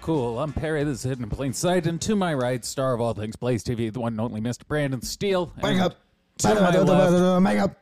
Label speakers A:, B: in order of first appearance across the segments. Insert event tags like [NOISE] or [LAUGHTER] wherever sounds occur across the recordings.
A: Cool. I'm Perry. This is Hidden in Plain Sight. And to my right, star of all things Blaze TV, the one and only Mr. Brandon Steele.
B: Wake
A: And
B: up.
A: To my left,
B: Wake up.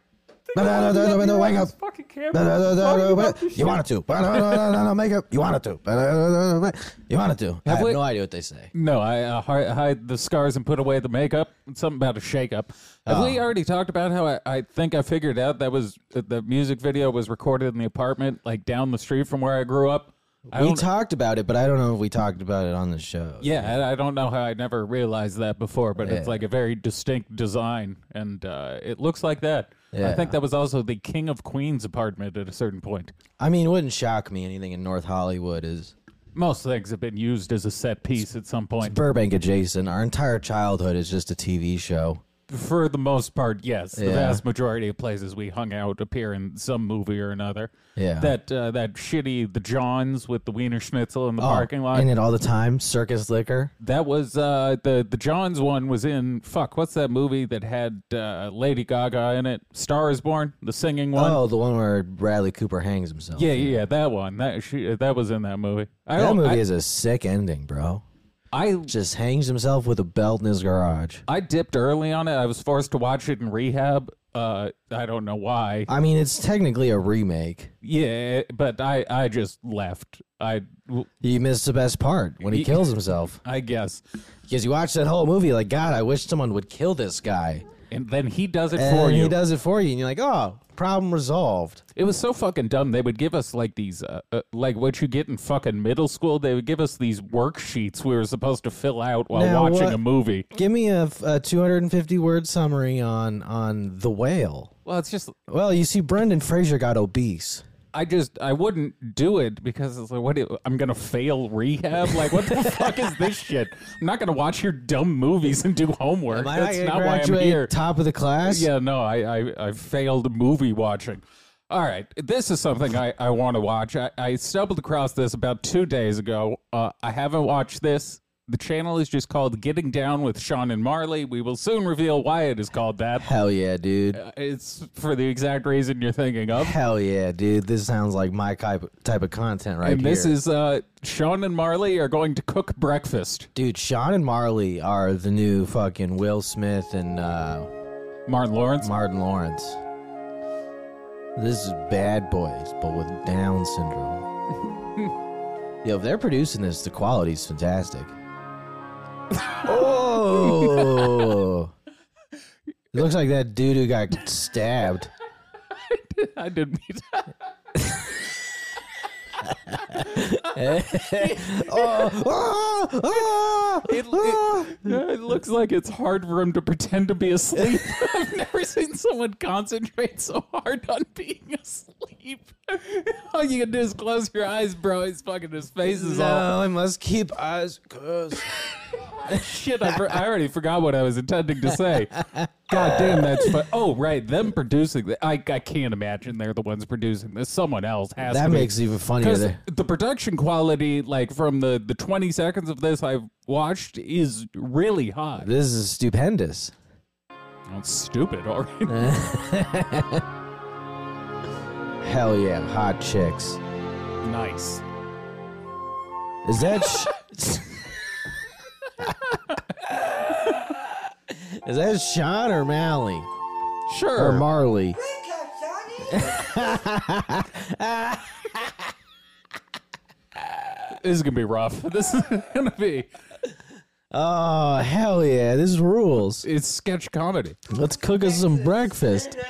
B: Wake up.
C: Fucking camera.
B: You wanted to. Make up. You wanted to. You wanted to. I have
A: we-
B: no idea what they say.
A: No, I uh, hi- hide the scars and put away the makeup. Something about a shakeup. Have we
B: Ah.
A: already talked about how I, I think I figured out that was that the music video was recorded in the apartment like down the street from where I grew up? I
B: We
A: don't-
B: talked about it, but I don't know if we talked about it on the show.
A: yeah, I I don't know how I never realized that before, but it's
B: Yeah.
A: like a very distinct design, and uh, it looks like that. I
B: Yeah.
A: think that was also the King of Queens apartment at a certain point.
B: I mean, it wouldn't shock me anything in North Hollywood is
A: Most things have been used as a set piece at some point.
B: Burbank adjacent. Our entire childhood is just a TV show.
A: For the most part, yes. The
B: Yeah.
A: vast majority of places we hung out appear in some movie or another.
B: Yeah.
A: That uh, that shitty the Johns with the Wiener Schnitzel in the parking lot.
B: In Oh, it all the time. Circus liquor.
A: that was uh, the the Johns one was in fuck. What's that movie that had uh, Lady Gaga in it? Star is Born, the singing one.
B: Oh, the one where Bradley Cooper hangs himself.
A: Yeah, yeah, yeah, that one. That she, that was in that movie. I
B: That
A: don't,
B: movie is a sick ending, bro.
A: I, I
B: Just hangs himself with a belt in his garage.
A: I dipped early on it. I was forced to watch it in rehab. Uh, I don't know why.
B: I mean, it's technically a remake.
A: Yeah, but I I just left. I
B: You missed the best part when he kills himself.
A: I guess.
B: Because you watch that whole movie, like, God, I wish someone would kill this guy.
A: And then he does it
B: And
A: for you.
B: he does it for you, and you're like, oh, problem resolved.
A: it was so fucking dumb. They would give us like these, uh, uh, like what you get in fucking middle school. They would give us these worksheets we were supposed to fill out while
B: Now
A: watching
B: what-
A: a movie.
B: Give me a, a 250 word summary on on the whale.
A: Well, it's just
B: Well, you see, Brendan Fraser got obese.
A: I just I wouldn't do it because it's like what do- I'm gonna fail rehab. Like what the [LAUGHS] fuck is this shit? I'm not gonna watch your dumb movies and do homework.
B: Am I
A: That's
B: gonna
A: not why I'm
B: graduate
A: here.
B: Top of the class.
A: [LAUGHS] Yeah, no, I, I, I failed movie watching. All right, this is something I, I want to watch. I, I stumbled across this about two days ago. Uh, I haven't watched this. The channel is just called Getting Down with Sean and Marley. We will soon reveal why it is called that. Uh,
B: Hell yeah, dude.
A: It's for the exact reason you're thinking
B: [LAUGHS]
A: of.
B: Hell yeah, dude. This sounds like my type type of content right
A: And
B: here.
A: this is uh, Sean and Marley are going to cook breakfast.
B: dude. Sean and Marley are the new fucking Will Smith and uh,
A: Martin Lawrence.
B: Martin Lawrence. This is bad boys, but with Down [LAUGHS] syndrome. Yo, if they're producing this, the quality's [LAUGHS] fantastic. Oh, it looks like that dude who got [LAUGHS] stabbed.
A: [LAUGHS] I didn't mean to.
B: Ah, ah, [LAUGHS] ah.
A: It looks like it's hard for him to pretend to be asleep. [LAUGHS] I've never seen someone concentrate so hard on being asleep. [LAUGHS] All you can do is close your eyes, bro. He's fucking his face is all
B: No, I must keep eyes closed.
A: shit. I, for- I already forgot what I was intending to say. God damn, that's fu- oh right, them producing. The- I I can't imagine they're the ones producing this. Someone else has
B: That
A: to be.
B: makes it even funnier.
A: Because
B: There.
A: the production quality, like from the, the 20 seconds of this I've watched, is really high.
B: This is stupendous.
A: That's stupid, all right.
B: Hell yeah, hot chicks.
A: [LAUGHS] Nice.
B: Is that sh- Is that Sean or Mally
A: Sure.
B: or Marley? [LAUGHS]
A: this is gonna be rough. [LAUGHS] This is gonna be
B: Oh hell yeah, this rules.
A: it's sketch comedy.
B: Let's cook us some breakfast. [LAUGHS]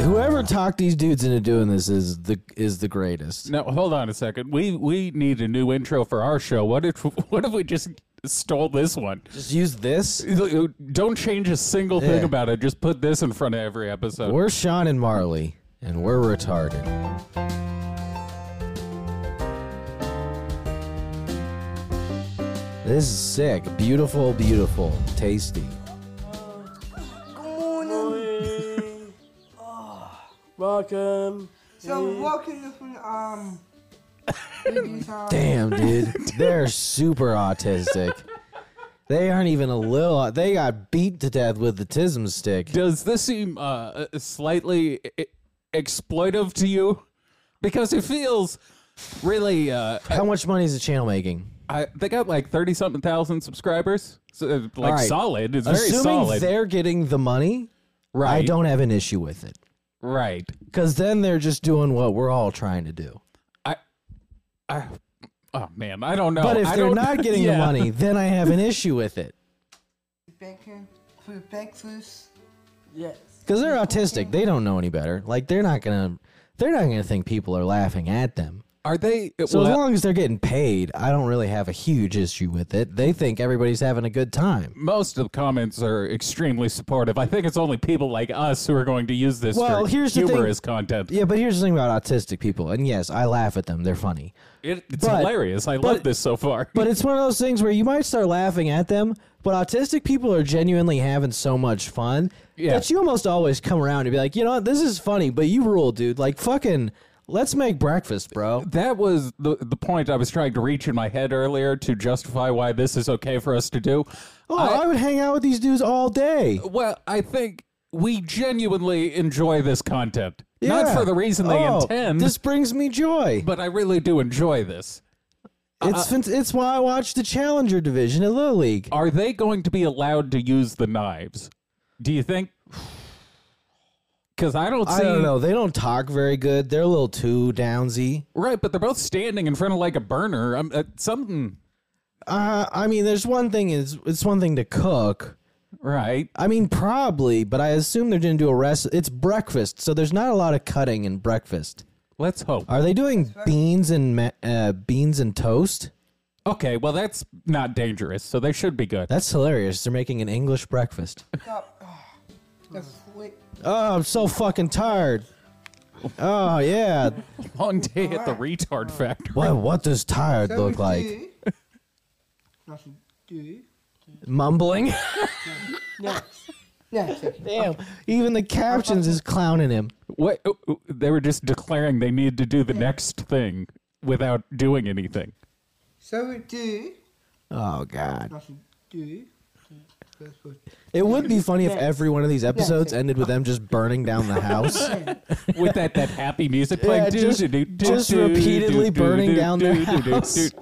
B: Whoever talked these dudes into doing this is the is the greatest.
A: Now hold on a second. We we need a new intro for our show. What if [LAUGHS] what if we just stole this one?
B: Just use this.
A: Don't change a single thing
B: Yeah.
A: about it. Just put this in front of every episode.
B: We're Sean and Marley, and we're retarded. This is sick. Beautiful, beautiful, tasty.
C: Welcome.
D: So walking from um.
B: Damn, dude. They're super autistic. They aren't even a little. They got beat to death with the tism stick.
A: Does this seem uh, slightly i- exploitive to you? Because it feels really. Uh,
B: How much money is the channel making?
A: I, they got like thirty something thousand subscribers, so, uh, like
B: All right.
A: solid. It's very
B: Assuming
A: solid,
B: they're getting the money,
A: right?
B: I don't have an issue with it.
A: right.
B: Because then they're just doing what we're all trying to do.
A: I, oh man, I don't know.
B: But if
A: I
B: they're
A: don't- [LAUGHS]
B: not getting
A: Yeah.
B: the money, then I have an issue with it.
D: Baker, for breakfast.
C: Yes.
B: Because they're autistic, they don't know any better. Like they're not gonna, they're not gonna think people are laughing at them.
A: are they?
B: So
A: well,
B: as long as they're getting paid, I don't really have a huge issue with it. They think everybody's having a good time.
A: most of the comments are extremely supportive. I think it's only people like us who are going to use this
B: Well,
A: for
B: here's the thing.
A: humorous content.
B: Yeah, but here's the thing about autistic people, and yes, I laugh at them; they're funny.
A: It, it's
B: But-
A: hilarious. I love
B: but-
A: this so far.
B: But it's one of those things where you might start laughing at them, but autistic people are genuinely having so much fun
A: Yeah.
B: that you almost always come around and be like, you know what, this is funny, but you rule, dude. Like fucking, let's make breakfast, bro.
A: [LAUGHS] that was the the point I was trying to reach in my head earlier to justify why this is okay for us to do.
B: Oh, I would hang out with these dudes all day.
A: Well, I think we genuinely enjoy this content. Not
B: Yeah.
A: for the reason they
B: Oh,
A: intend,
B: This brings me joy.
A: but uh, I really do enjoy this.
B: it's fin- it's why I watch the Challenger division at Little League.
A: Are they going to be allowed to use the knives? Do you think? Because I don't see.
B: I don't know. They don't talk very good. They're a little too downsy.
A: Right, but they're both standing in front of like a burner. Um, uh, something.
B: Uh, I mean, there's one thing is it's one thing to cook.
A: Right.
B: I mean, probably, but I assume they're going to do a rest. It's breakfast, so there's not a lot of cutting in breakfast.
A: Let's hope.
B: Are they doing beans and ma- uh, beans and toast?
A: Okay, well, that's not dangerous, so they should be good.
B: That's hilarious. They're making an English breakfast.
D: Stop. Just wait.
B: Oh, I'm so fucking tired. Oh yeah.
A: Long day at the retard factory.
B: What what does tired look like?
D: Do. [LAUGHS] Nothing. Do.
B: Mumbling.
D: Next. Next.
B: Damn. Even the captions is clowning him.
A: What? oh, oh, They were just declaring they need to do the next thing without doing anything.
D: So we do.
B: Oh god.
D: Nothing. Do. First word.
B: It would be funny if every one of these episodes ended with them just burning down the
D: [LAUGHS]
B: house.
A: with that that happy music playing.
B: Yeah, just- just repeatedly burning down their house. just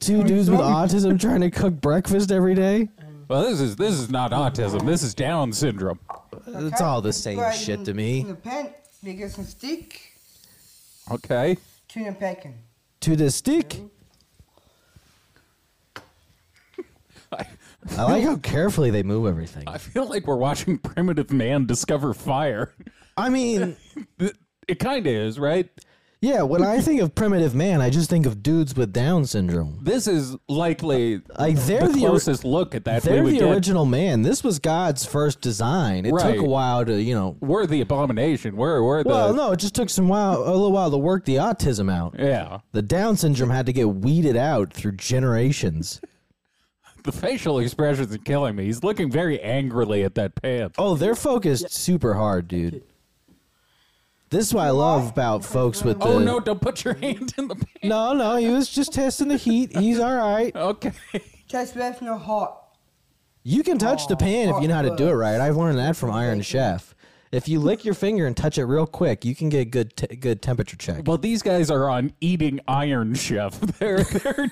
B: two dudes with autism trying to cook breakfast every day.
A: Well, this is this is not autism. This is Down syndrome.
B: It's all the same
D: Fried
B: shit to
D: in-
B: me.
D: In the pan, make us some steak,
A: Okay.
D: tuna bacon.
B: To the stick.
A: I,
B: I like how carefully they move everything.
A: I feel like we're watching [LAUGHS] primitive man discover fire.
B: I mean,
A: It- It kind of is, right?
B: yeah, when I think of primitive man, I just think of dudes with Down syndrome.
A: This is likely
B: Like Uh, they're
A: the
B: the, ori-
A: closest look at that we
B: they're
A: would
B: the
A: get.
B: original man. This was God's first design. It
A: Right.
B: took a while to, you know.
A: We're the abomination. We're we're the
B: Well, no, it just took some while, a little while to work the autism out.
A: yeah.
B: The Down syndrome had to get weeded out through generations.
A: The facial expressions are killing me. He's looking very angrily at that pan.
B: Oh, they're focused super hard, dude. This is what I love about folks with the.
A: Oh no! Don't put your [LAUGHS] hand in the pan.
B: No, no, he was just testing the heat. He's all right.
A: Okay.
D: Just left no hot.
B: You can touch the pan if you know how to do it right. I've learned that from Iron Chef. If you lick your finger and touch it real quick, you can get a good t- good temperature check.
A: Well, these guys are on eating Iron Chef. [LAUGHS] They're, they're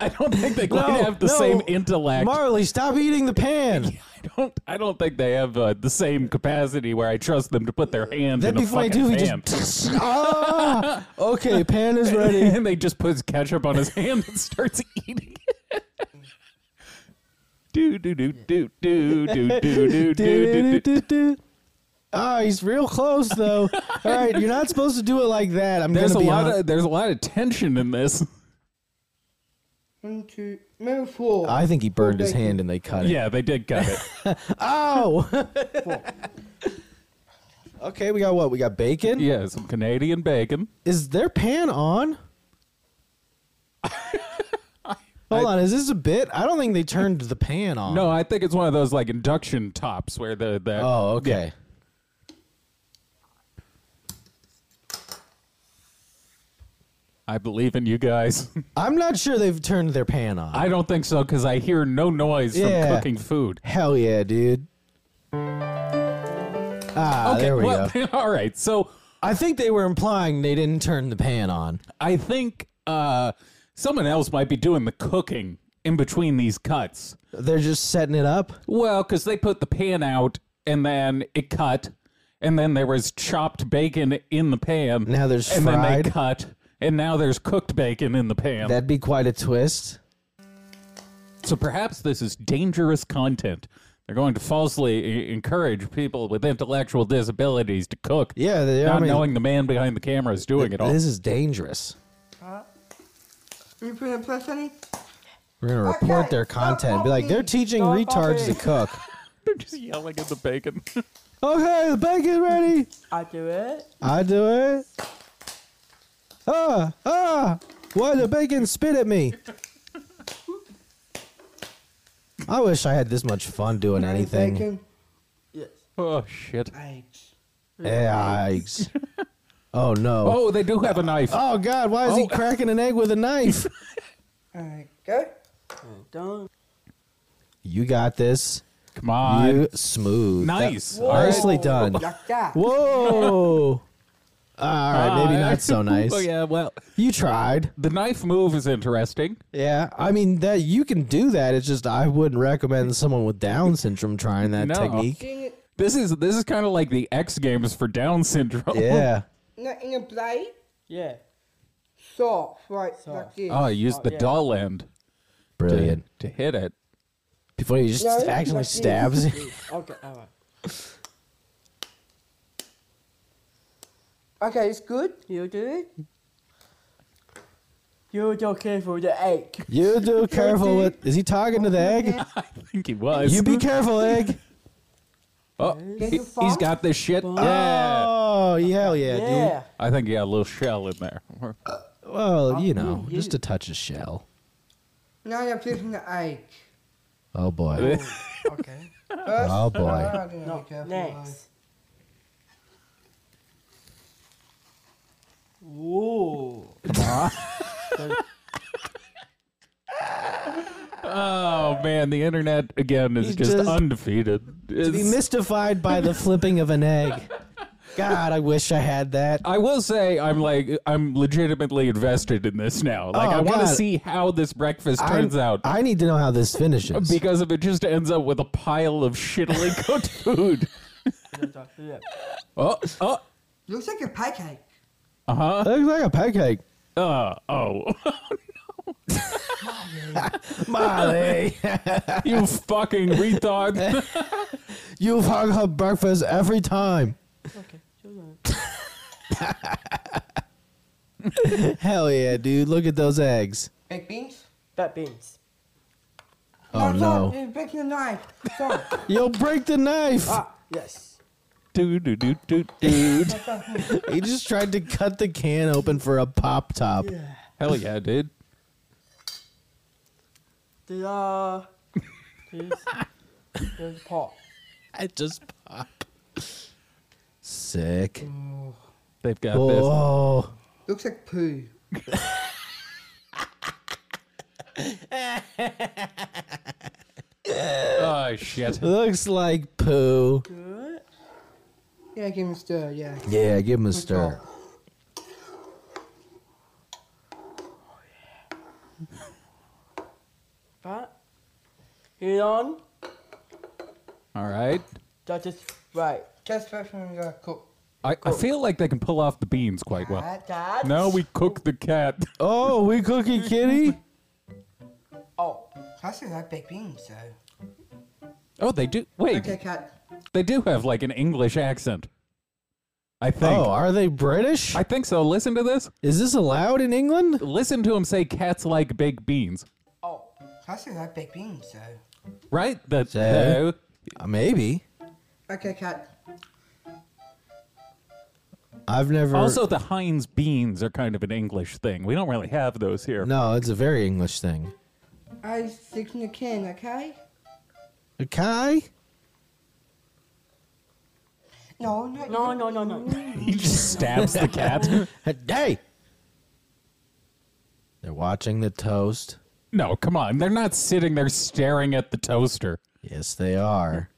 A: I don't think they quite
B: No,
A: have the
B: no.
A: same intellect.
B: Marley, stop eating
A: [LAUGHS]
B: the pan.
A: I don't. I don't think they have uh, the same capacity where I trust them to put their hand
B: That'd
A: in
B: be
A: a
B: funny
A: fucking
B: too if he
A: ham. [LAUGHS]
B: just. [LAUGHS] ah, okay, pan is ready.
A: and they just puts ketchup on his hand and starts eating. it. [LAUGHS] Do do do do do do do [LAUGHS] do
B: [LAUGHS]
A: do do. do.
B: Do-do-do-do-do. Ah, he's real close
A: [LAUGHS]
B: though. All right, you're not supposed to do it like that. I'm
A: There's a
B: gonna be
A: lot
B: hon-
A: of there's a lot of tension in this. [LAUGHS]
D: One, two, no, four.
B: I think he burned his hand and they cut it.
A: Yeah, they did cut
B: [LAUGHS]
A: it.
B: Ow! [LAUGHS] okay, we got what? We got bacon.
A: Yeah, some Canadian bacon.
B: Is their pan on? Hold on, is this a bit? I don't think they turned the pan on.
A: No, I think it's one of those like induction tops where the the
B: Uh-huh. Oh, okay.
A: I believe in you guys. [LAUGHS]
B: I'm not sure they've turned their pan on.
A: I don't think so because I hear no noise
B: Yeah.
A: from cooking food.
B: Hell yeah, dude. Ah, there we
A: well,
B: go.
A: [LAUGHS] all right. So
B: I think they were implying they didn't turn the pan on.
A: I think uh, someone else might be doing the cooking in between these cuts.
B: They're just setting it up.
A: Well, because they put the pan out and then it cut, and then there was chopped bacon in the pan.
B: Now there's
A: and then they
B: fried.
A: cut, and now there's cooked bacon in the pan.
B: That'd be quite a twist.
A: so perhaps this is dangerous content. They're going to falsely e- encourage people with intellectual disabilities to cook.
B: Yeah, they
A: not
B: I mean,
A: knowing the man behind the camera is doing it all.
B: This is dangerous.
D: You put a plus any?
B: We're gonna report their content. and Be like, they're teaching
D: Don't
B: retards to cook.
D: copy.
A: [LAUGHS]
B: [LAUGHS]
A: They're just yelling at the bacon. [LAUGHS]
B: okay, the bacon ready.
C: I do it.
B: I do it. Ah, ah! Why the bacon spit at me? I wish I had this much fun doing anything.
D: Bacon.
C: Yes.
A: oh shit!
D: Eggs.
A: [LAUGHS]
B: Yikes! Oh no!
A: Oh, they do have a knife.
B: Oh God! Why is he
A: Oh.
B: cracking an egg with
A: [LAUGHS]
B: a knife?
D: Alright, go.
C: Done.
B: you got this.
A: Come on.
B: You smooth.
A: nice.
B: That- nicely
D: [LAUGHS]
B: done.
D: Like
A: [LAUGHS]
D: that.
B: Whoa! All right, maybe
A: Ah,
B: not so nice.
A: [LAUGHS] oh yeah. Well,
B: You tried.
A: the knife move is interesting.
B: Yeah, I mean that you can do that. It's just I wouldn't recommend someone with Down syndrome trying that
A: No.
B: technique.
D: Doing it.
A: This is this is kind of like the X Games for Down syndrome.
B: Yeah.
D: Not in a plate.
C: Yeah.
D: Soft, right, like
C: Soft.
D: this.
A: [LAUGHS] Oh, use the
C: yeah.
A: dull end to,
B: Brilliant.
A: to hit it. [LAUGHS]
B: Before he just
D: No, it's
B: actually
D: like-
B: stabs it.
C: Okay. All right.
B: Oh.
D: Okay, it's good.
C: You do it. You do careful the egg.
B: You do careful with is he talking to the egg?
A: [LAUGHS] I think he was.
B: You be careful, egg.
A: Oh,
D: Get
A: he,
D: your phone?
A: has got this shit. [LAUGHS] Yeah.
B: Oh hell yeah,
C: Yeah.
A: I think he got a little shell in there.
B: dude. Well, you know, just a touch of shell.
D: Now you're flipping the egg.
B: Oh
A: [LAUGHS]
B: boy.
D: Okay.
B: Oh boy.
D: I don't know,
C: No.
D: be careful,
C: Next. Whoa.
A: Oh man, the internet again is
B: He
A: just,
B: just-
A: undefeated.
B: To be
A: It's-
B: mystified by the flipping of an
A: [LAUGHS]
B: egg. God, I wish I had that.
A: I will say I'm like I'm legitimately invested in this now. Like
B: Oh,
A: I want to
B: God.
A: see how this breakfast
B: I-
A: turns out.
B: I need to know how this finishes.
A: because if it just ends up with a pile of
B: [LAUGHS]
A: shittily cooked food.
C: yeah.
A: Oh, oh,
D: Looks like a pancake.
B: It looks like a pancake.
A: uh, oh. [LAUGHS]
B: [LAUGHS] Molly, [LAUGHS]
A: you fucking rethought.
B: you've hung her breakfast every time.
C: Okay. you do it.
B: [LAUGHS] Hell yeah, dude. Look at those eggs.
D: Baked beans?
C: Fat beans.
B: Oh
D: sorry,
B: no.
D: You're breaking the knife. Sorry.
B: You'll break the
C: [LAUGHS]
B: knife. [LAUGHS]
C: Ah. Yes.
A: do, do, do, do, do.
B: He just tried to cut the can open for a pop top.
C: Yeah.
A: Hell yeah, dude.
C: Ta-da. This. There's the pot.
B: I just pop. Sick.
A: They've got this.
B: Oh.
D: [LAUGHS] Looks like poo.
A: Oh, shit.
B: Looks like poo.
C: Good.
D: Yeah, give him a stir, yeah.
B: Yeah, give him a stir.
C: Fat. Heat on.
A: All right.
C: That is right.
D: Just first one to cook.
A: I, I feel like they can pull off the beans quite well.
D: That,
C: That.
A: Now we cook the cat.
B: Oh, we cookie kitty?
C: Oh.
D: I still like baked beans, so.
A: Oh, they do. Wait,
D: Okay, cat.
A: they do have like an English accent. I think.
B: Oh, are they British?
A: I think so. Listen to this.
B: Is this allowed in England?
A: Listen to him say cats like baked beans.
C: Oh.
D: I still like baked beans, so.
A: Right? The,
B: So? Uh, maybe.
D: Okay, cat.
B: I've never.
A: Also, the Heinz beans are kind of an English thing. We don't really have those here.
B: no, it's a very English thing.
D: I stick in the can, okay?
B: Uh, Okay.
D: No, no,
C: No, no, no, no.
A: He just stabs the cat.
B: Uh, Hey. They're watching the toast.
A: No, come on. They're not sitting there staring at the toaster.
B: Yes, they are.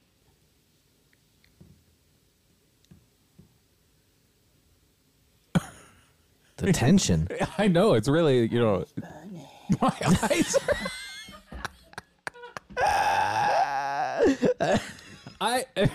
B: The tension.
A: I know it's really you know [LAUGHS] my eyes. are- [LAUGHS] I [LAUGHS]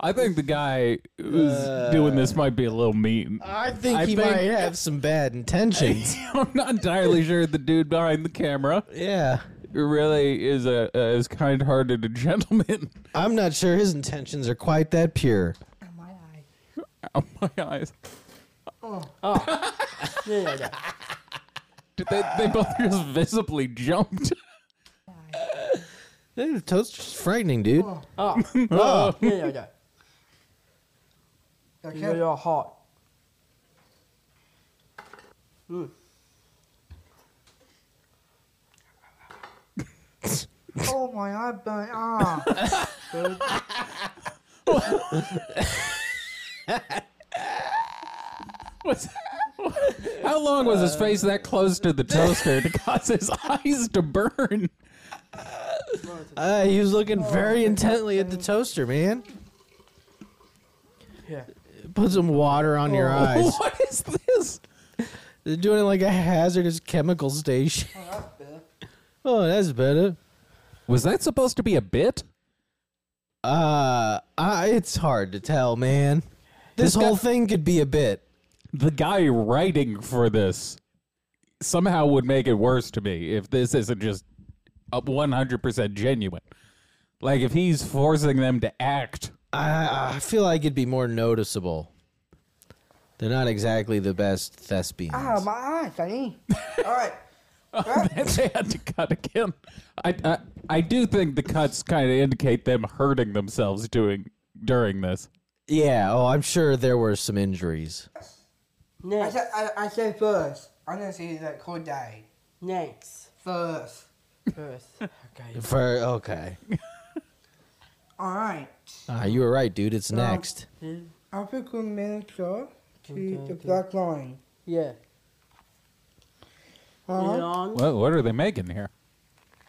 A: I think the guy who's doing this might be a little mean. [LAUGHS]
B: [LAUGHS] I think
A: I
B: he
A: think-
B: might have some bad intentions.
A: I'm not entirely sure the dude behind the camera
B: [LAUGHS] yeah.
A: really is a as kind-hearted [LAUGHS] a gentleman.
B: I'm not sure his intentions are quite that pure.
D: Oh, my eye.
A: Oh my eyes!
C: No, no, no.
A: Did they they both [LAUGHS] just visibly jumped? [LAUGHS]
B: Dude, toast is frightening, dude.
C: Oh. No, no, [LAUGHS] no.
D: Okay.
C: You're hot.
D: Oh, my eye burnt.
C: [LAUGHS]
D: Ah.
A: Was, how long was his face that close to the toaster to cause his [LAUGHS] eyes to burn?
B: Uh, he was looking very intently at the toaster, man.
C: Yeah.
B: Put some water on your eyes.
A: [LAUGHS] What is this?
B: They're doing it like a hazardous chemical station. [LAUGHS] Oh, that's better.
A: Was that supposed to be a bit?
B: Uh, I, it's hard to tell, man. This,
A: This guy-
B: whole thing could be a bit.
A: The guy writing for this somehow would make it worse to me if this isn't just uh, up 100% genuine. Like if he's forcing them to act.
B: I, I feel like it'd be more noticeable. They're not exactly the best thespians.
D: Ah, my eye, Sonny. All right.
A: that they had to cut again. I, I, I do think the cuts kind of indicate them hurting themselves doing during this.
B: yeah. Oh, I'm sure there were some injuries.
D: I
C: Next.
D: said, I, I said first. I'm going to say that cold day.
C: Next.
D: First.
C: [LAUGHS] First. Okay.
B: For okay.
D: All right.
B: Ah, you were right, dude. It's next.
D: African miniature to
C: Okay,
D: the
C: okay.
D: black line.
C: Yeah.
D: Huh?
C: Elon.
A: What, what are they making here?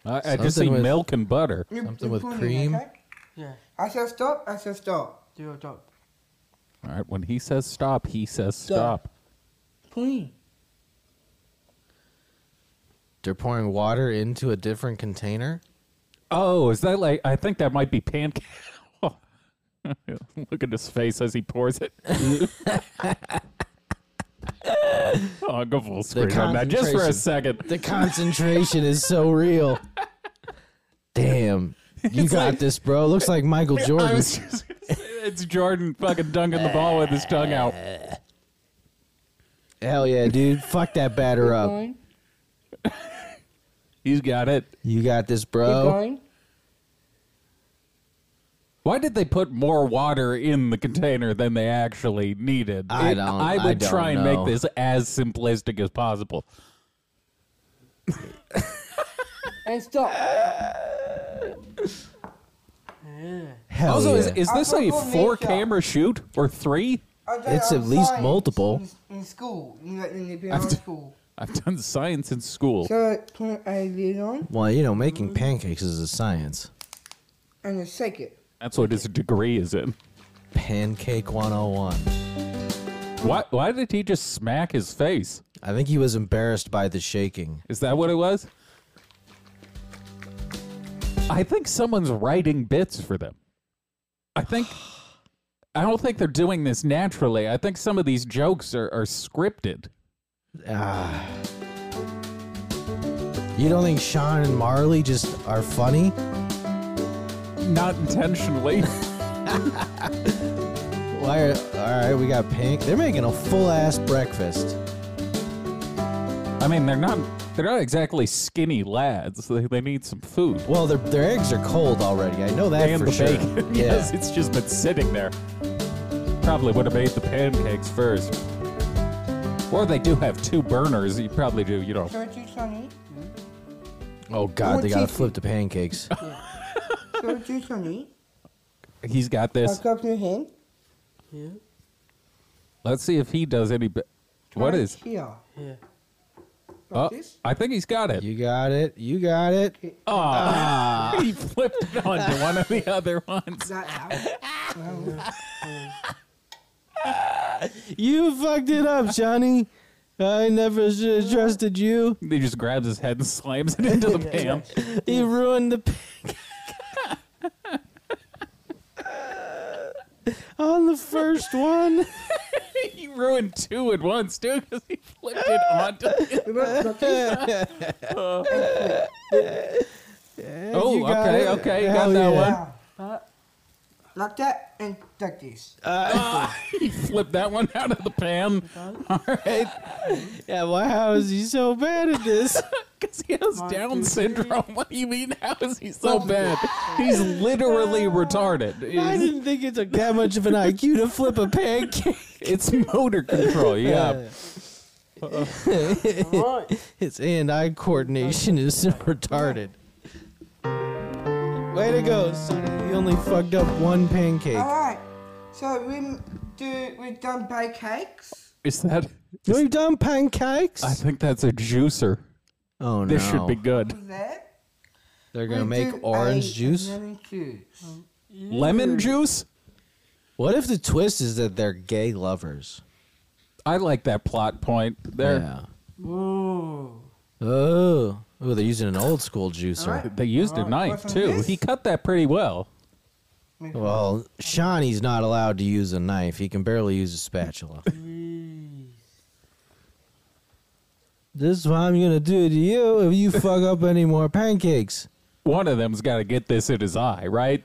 A: I, I just see
B: Something with-
A: milk and butter.
D: You-
B: Something
D: you
B: with
D: put it,
B: cream.
D: okay?
C: Yeah.
D: I said stop. I said stop.
C: Do a job.
A: All right, when he says stop, he says stop.
D: Please.
B: They're pouring water into a different container.
A: Oh, is that like? I think that might be pancake. [LAUGHS] Look at his face as he pours
B: [LAUGHS]
A: it. oh, I'll go full screen on that just for a
B: concentration.
A: second.
B: The concentration is so real. Damn. You got this, bro. Looks like Michael
A: I
B: Jordan.
A: was just gonna say, it's Jordan fucking dunking the ball with his tongue out.
B: Hell yeah, dude. Fuck that batter up.
A: He's got it.
B: You got this,
D: Keep
B: bro.
D: going.
A: Why did they put more water in the container than they actually needed?
B: I don't-
A: I
B: I
A: would
B: don't
A: try and
B: know.
A: make this as simplistic as possible.
C: And stop.
B: Hell
A: also,
B: Oh, yeah.
A: is, is this a
D: Uncle
A: four
D: Misha.
A: camera shoot or three?
D: I did it
B: It's at
D: on
B: least
D: science
B: multiple.
D: In, in school, in, like, in the
A: I've
D: beyond
A: d-
D: school.
A: I've done science in school.
D: So I put a lid on
B: well, you know, making pancakes is a science.
D: and I shake it.
A: That's what his degree is in.
B: Pancake 101.
A: Why, why did he just smack his face?
B: I think he was embarrassed by the shaking.
A: Is that what it was? I think someone's writing bits for them. I think. I don't think they're doing this naturally. I think some of these jokes are, are scripted.
B: Ah. You don't think Sean and Marley just are funny?
A: Not intentionally.
B: Why? All right, we got pink. They're making a full ass breakfast.
A: I mean, they're not they're not exactly skinny lads. They, they need some food.
B: Well, their their eggs are cold already. I know that
A: and
B: for
A: the
B: sure. [LAUGHS]
A: bacon. [LAUGHS]
B: Yeah.
A: yes, it's just been sitting there. Probably would have made the pancakes first. Or they do have two burners. You probably do, you know.
D: Thirty, Sonny.
B: Oh God, they gotta
D: Or chicken.
B: flip the pancakes.
D: Thirty, Sonny.
A: He's got
D: I
A: this.
D: cup your hand.
C: Yeah.
A: Let's see if he does any. Be- what
D: right
A: is?
D: here?
C: Yeah. [LAUGHS]
D: Like
B: Uh.
A: Oh,
D: this.
A: I think he's got it.
B: you got it. You got it.
A: Oh, he flipped it onto
B: [LAUGHS]
A: one of the other ones.
D: That out.
B: You fucked it up, Johnny. I never should have trusted you.
A: He just grabs his head and slams it into the pan.
B: You ruined the [LAUGHS] on the first [LAUGHS] one.
A: he ruined two at once, too, because he flipped
B: [LAUGHS]
A: it onto.
D: We want cookies?
A: Oh,
B: You got
A: okay,
B: it.
A: okay, you
B: Hell
A: got that
B: yeah.
A: one.
D: Yeah. Like that and like this.
A: He flipped that one out of the pan. All right,
B: Yeah, why? How is he so bad at this?
A: [LAUGHS] because he has
C: One,
A: Down
C: two,
A: syndrome. What do you mean? How is he so bad? He's
B: [LAUGHS]
A: literally retarded.
B: I
A: He's-
B: didn't think it took that much of an IQ to flip a pancake.
A: It's motor control. Yeah.
C: All right.
B: His hand-eye coordination is retarded. Way to go, Sonny. You only fucked up one pancake.
D: Alright. So we do we've done bake cakes.
A: Is that?
B: We've done pancakes.
A: I think that's a juicer.
B: oh no!
A: This should be good.
D: That
B: They're
D: we
B: gonna make
D: do
B: orange
D: a
B: juice.
D: Lemon juice.
A: Lemon juice.
B: What if the twist is that they're gay lovers?
A: I like that plot point there.
C: Ooh.
B: Yeah. Oh. Oh, they're using an old school juicer.
A: They used a knife
D: what's on
A: too.
D: this?
A: He cut that pretty well.
B: Well, Shawnee's not allowed to use a knife. He can barely use a spatula. this is what I'm gonna do to you if you fuck up any more pancakes.
A: One of them's got to get this in his eye, right?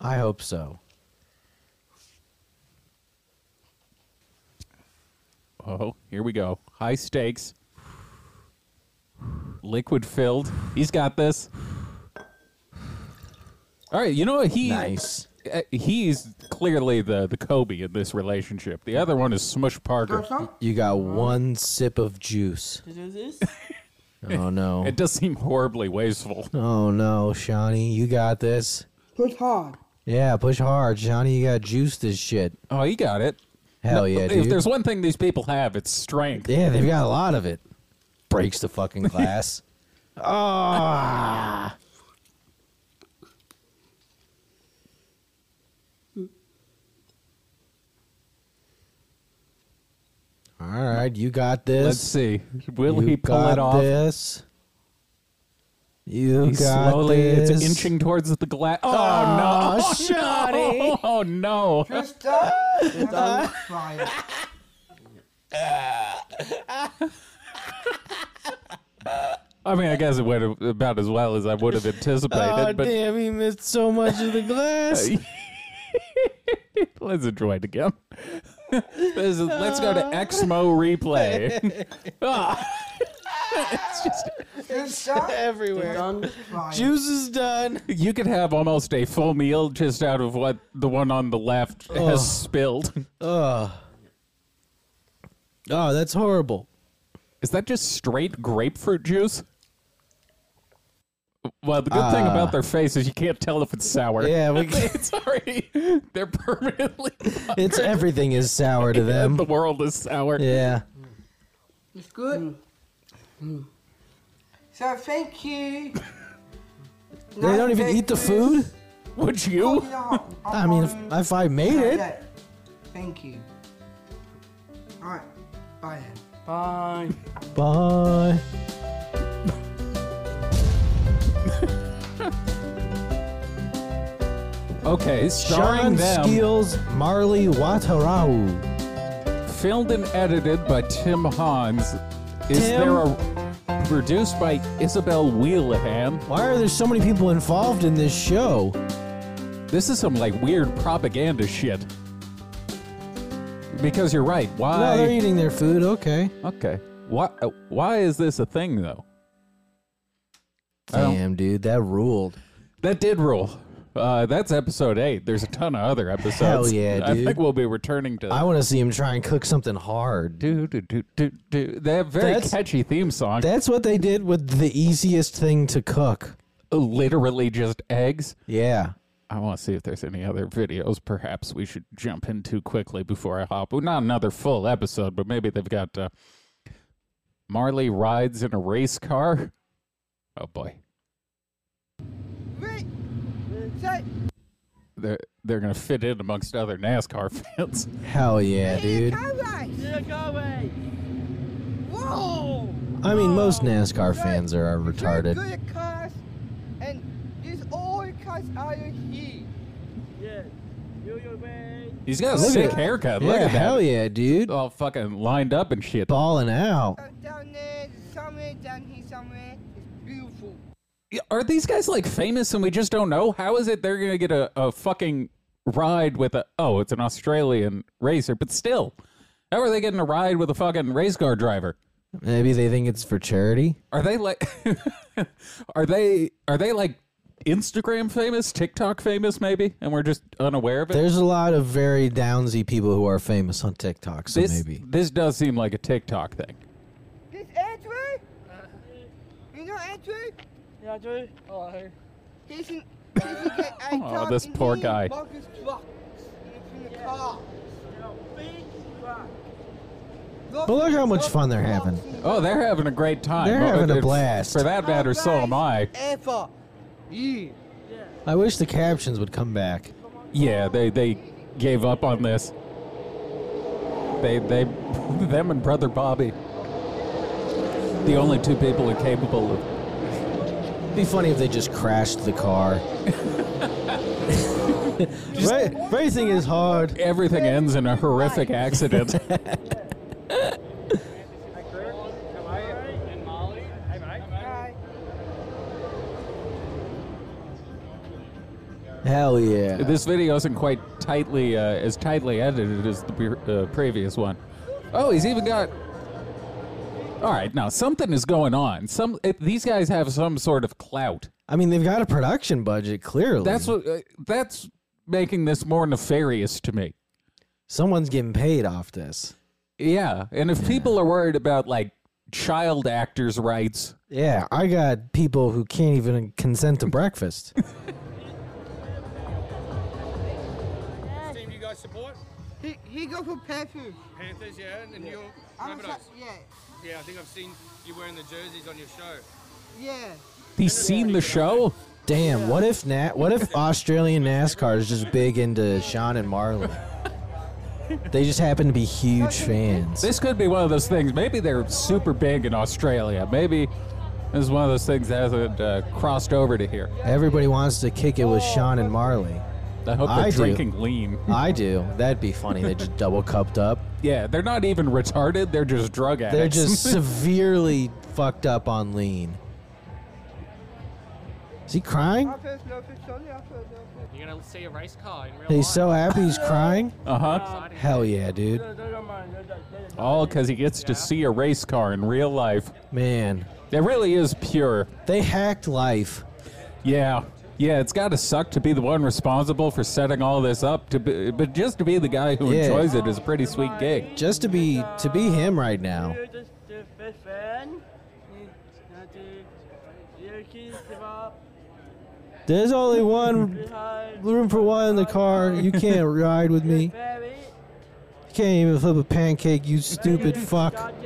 B: I hope so.
A: Oh, here we go. High stakes. Liquid filled. He's got this. All right, you know what? He
B: Nice.
A: uh, he's clearly the the Kobe in this relationship. The other one is Smush Parker.
D: Got some?
B: You
A: Oh.
B: got one sip of juice.
C: Did you do [LAUGHS] this?
B: Oh no.
A: [LAUGHS] It does seem horribly wasteful.
B: Oh no, Shawnee, you got this.
D: Good hard.
B: Yeah, push hard, Shawnee. You got juice this shit.
A: Oh, he got it.
B: Hell yeah,
A: if
B: dude.
A: there's one thing these people have, it's strength.
B: Yeah, they've got a lot of it. Breaks
A: [LAUGHS]
B: the fucking glass. Ah. All right, you got this.
A: Let's see. Will
B: You
A: he pull
B: got
A: it off?
B: This. You
A: He's
B: got
A: slowly
B: this.
A: it's inching towards the glass. Oh, no. [LAUGHS]
B: Oh, Shawnee.
A: Oh no.
B: [LAUGHS]
D: Just uh, another fire.
A: I mean, I guess it went about as well as I would have anticipated,
B: Oh
A: but Uh,
B: damn! He missed so much of the glass.
A: [LAUGHS] let's enjoy it again. [LAUGHS] This is- let's go to
B: Oh.
A: Exmo replay. [LAUGHS] it's just
D: Just uh,
B: [LAUGHS] Everywhere.
C: Done.
D: fire.
B: Juice is done.
A: you could have almost a full meal just out of what the one on the left has spilled.
B: Oh. Oh, that's horrible.
A: Is that just straight grapefruit juice? Well, the good thing
B: Ah.
A: about their face is you can't tell if it's sour. [LAUGHS]
B: Yeah, we can-
A: it's already they're permanently [LAUGHS]
B: it's everything is sour to them.
A: the world is sour.
B: Yeah.
D: It's good. Mm. So thank you.
B: They don't even eat the food?
A: Would you?
B: [LAUGHS] I mean, if, if I made it.
D: Thank you. Alright, bye then.
C: Bye.
B: Bye.
A: Okay,
B: Sean
A: starring them,
B: Steele's Marley Watarau.
A: filmed and edited by Tim Hans. Is
B: Tim?
A: there a produced by Isabel Wheelahan?
B: Why are there so many people involved in this show?
A: This is some like weird propaganda shit. Because you're right. Why?
B: No, they're eating their food. Okay.
A: Okay. Why? uh, Why is this a thing though? I don't-
B: Damn, dude, that ruled.
A: That did rule. Uh, that's episode eight. There's a ton of other episodes.
B: Hell yeah,
A: I
B: dude.
A: think we'll be returning to.
B: I want to see him try and cook something hard.
A: do do do do do. They have very
B: That's-
A: catchy theme song.
B: That's what they did with the easiest thing to cook.
A: literally just eggs.
B: Yeah.
A: I want to see if there's any other videos. Perhaps we should jump in too quickly before I hop. Well, not another full episode, but maybe they've got uh, Marley rides in a race car. Oh boy,
D: Wait, say,
A: they're they're gonna fit in amongst other NASCAR [LAUGHS] fans.
B: Hell yeah, dude.
D: Go right.
C: Yeah, go away.
D: Whoa.
B: I mean, most NASCAR fans are retarded.
D: Very good cars, and these old cars are here.
C: Yeah. Go your way.
A: He's got a
B: Look at
A: sick
B: it.
A: haircut. Look
B: yeah,
A: at that.
B: hell yeah, dude.
A: All fucking lined up and shit.
B: Balling out.
D: Uh, down there, somewhere down here, somewhere. It's beautiful.
A: Are these guys like famous and we just don't know? How is it they're gonna get a, a fucking ride with a oh, it's an Australian racer, but still. How are they getting a ride with a fucking race car driver?
B: Maybe they think it's for charity.
A: Are they like [LAUGHS] are they are they like Instagram famous, TikTok famous maybe? And we're just unaware of it?
B: There's a lot of very downsy people who are famous on TikTok, so
A: this
B: maybe.
A: this does seem like a TikTok thing.
D: This Andrew? You know Andrew?
C: Yeah, Joey. Oh, hey.
D: He's
A: [LAUGHS]
D: in. He's in the- I
A: Aw,
D: talked
A: Oh, this
D: in
A: poor
D: here,
A: guy.
D: Marcus Trucks in the- in the car.
C: Big truck.
B: But look how much fun they're having.
A: Oh, they're having a great time.
B: They're
A: Well,
B: having a
A: it's-
B: blast.
A: For that matter, so am I.
D: Ever. Yeah.
C: Yeah.
B: I wish the captions would come back.
A: Yeah, they they gave up on this. They they [LAUGHS] them and brother Bobby, the only two people who are capable of.
B: It'd be funny if they just crashed
A: [LAUGHS]
B: the car. [LAUGHS] Ra- racing is hard.
A: Everything ends in a horrific accident.
E: Hi, Kurt. How are you? And Molly. Hi, Mike.
D: Right.
B: Hell yeah.
A: this video isn't quite tightly uh, as tightly edited as the pre- uh, previous one. Oh, he's even got. All right, now something is going on. Some it, these guys have some sort of clout.
B: I mean, they've got a production budget, clearly.
A: That's what uh, that's making this more nefarious to me.
B: Someone's getting paid off this.
A: Yeah, and if people are worried about like child actors' rights,
B: Yeah, I got people who can't even consent
A: [LAUGHS]
B: to breakfast.
E: Team you guys support?
D: He, he goes for Panthers.
E: Panthers, yeah, and you're
D: I'm a,
E: Rabbitohs.
D: fa- yeah.
E: Yeah, I think I've seen you wearing the jerseys on your show.
D: Yeah.
A: he's seen the show.
B: Damn, what if Nat what if Australian NASCAR is just big into Sean
A: [LAUGHS]
B: and Marley? They just happen to be huge fans.
A: This could be one of those things. Maybe they're super big in Australia. Maybe this is one of those things that hasn't uh, crossed over to here.
B: Everybody wants to kick it with Sean and Marley.
A: I hope they're
B: I do.
A: drinking lean.
B: I do. That'd be funny. They just double
A: [LAUGHS]
B: cupped up.
A: Yeah, they're not even retarded. They're just drug addicts. [LAUGHS]
B: They're just severely fucked up on lean. Is he crying?
D: I first know for Sonny, I first know for
E: You're gonna see a race car in real
B: He's so happy he's crying.
A: uh huh.
E: Exciting.
B: Hell yeah, dude.
C: Don't- don't mind. Don't- don't- don't-
A: All because he gets to see a race car in real life.
B: Man,
A: It really is pure.
B: they hacked life.
A: Yeah. Yeah, it's got to suck to be the one responsible for setting all this up, to be, but just to be the guy who
B: Yeah.
A: enjoys it is a pretty sweet gig.
B: Just to be to be him right now.
C: You're just the best friend. You have to- you keep it up.
B: There's only
C: You
B: one
C: have
B: room for one in the car. You can't [LAUGHS] ride with me. You
C: very
B: can't even flip a pancake, you stupid
C: good
B: fuck.
C: garden.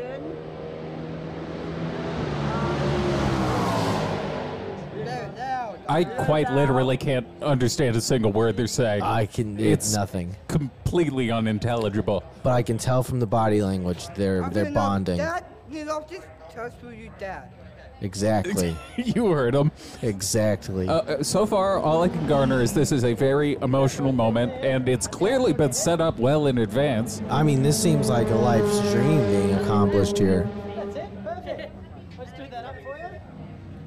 D: Very loud.
A: I quite literally can't understand a single word they're saying.
B: I can
A: It's
B: it's nothing.
A: completely unintelligible. [LAUGHS]
B: But I can tell from the body language they're
D: I'm
B: they're
D: gonna-
B: bonding.
D: Dad, you know, this tells who you dad.
C: [LAUGHS]
B: Exactly.
A: you heard them.
B: Exactly.
A: Uh, so far, all I can garner is this is a very emotional moment, and it's clearly been set up well in advance.
B: I mean, this seems like a life's dream being accomplished here.
C: That's it. Perfect. Let's do that up for you.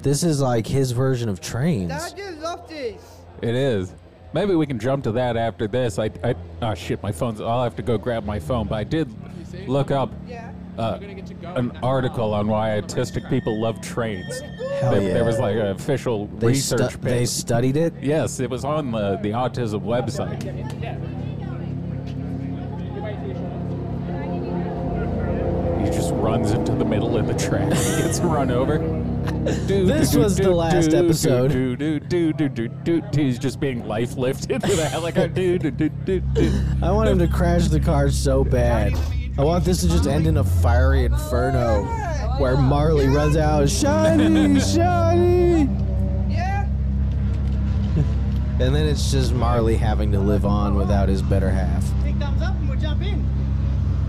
B: This is like his version of trains.
D: Dad, you love this.
A: It is. Maybe we can jump to that after this. I, I oh shit, my phone's. I'll have to go grab my phone. But I did look up
D: Yeah.
A: uh, an article on why autistic people love trains.
B: Hell
A: there,
B: yeah.
A: there was like an official
B: they, stu-
A: research paper.
B: they studied it.
A: Yes, it was on the, the autism website. He just runs into the middle of the track and gets run over. Do,
B: [LAUGHS] This was the last episode.
A: Do, do, do, do, do, do, do. He's just being life lifted with a helicopter. do, do, do, do, do.
B: I want him to crash the car so bad. I want this to just end in a fiery inferno where Marley runs out, Shiny, Shiny!
D: Yeah.
B: And then it's just Marley having to live on without his better half.
F: Big thumbs up and we'll jump in.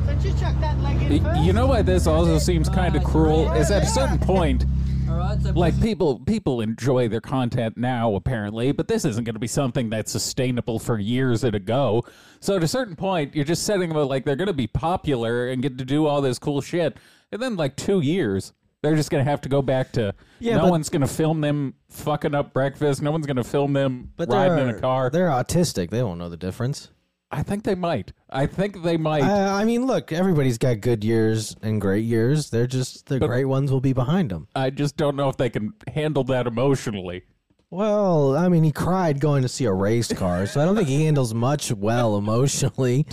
F: So just chuck that leg in first.
A: You know why this also seems kind of cruel is at a certain point,
G: All right, so
A: like people people enjoy their content now apparently, but this isn't going to be something that's sustainable for years at a go. So at a certain point, you're just setting them up like they're going to be popular and get to do all this cool shit, and then like two years. They're just gonna have to go back to.
B: Yeah,
A: no
B: but-
A: one's gonna film them fucking up breakfast. No one's gonna film them
B: But
A: riding
B: they're,
A: in a car.
B: They're autistic. They won't know the difference.
A: I think they might. I think they might.
B: Uh, I mean, look, everybody's got good years and great years. They're just the great ones will be behind them.
A: I just don't know if they can handle that emotionally.
B: Well, I mean, he cried going to see a race car, so I don't think he handles much
A: [LAUGHS]
B: well emotionally.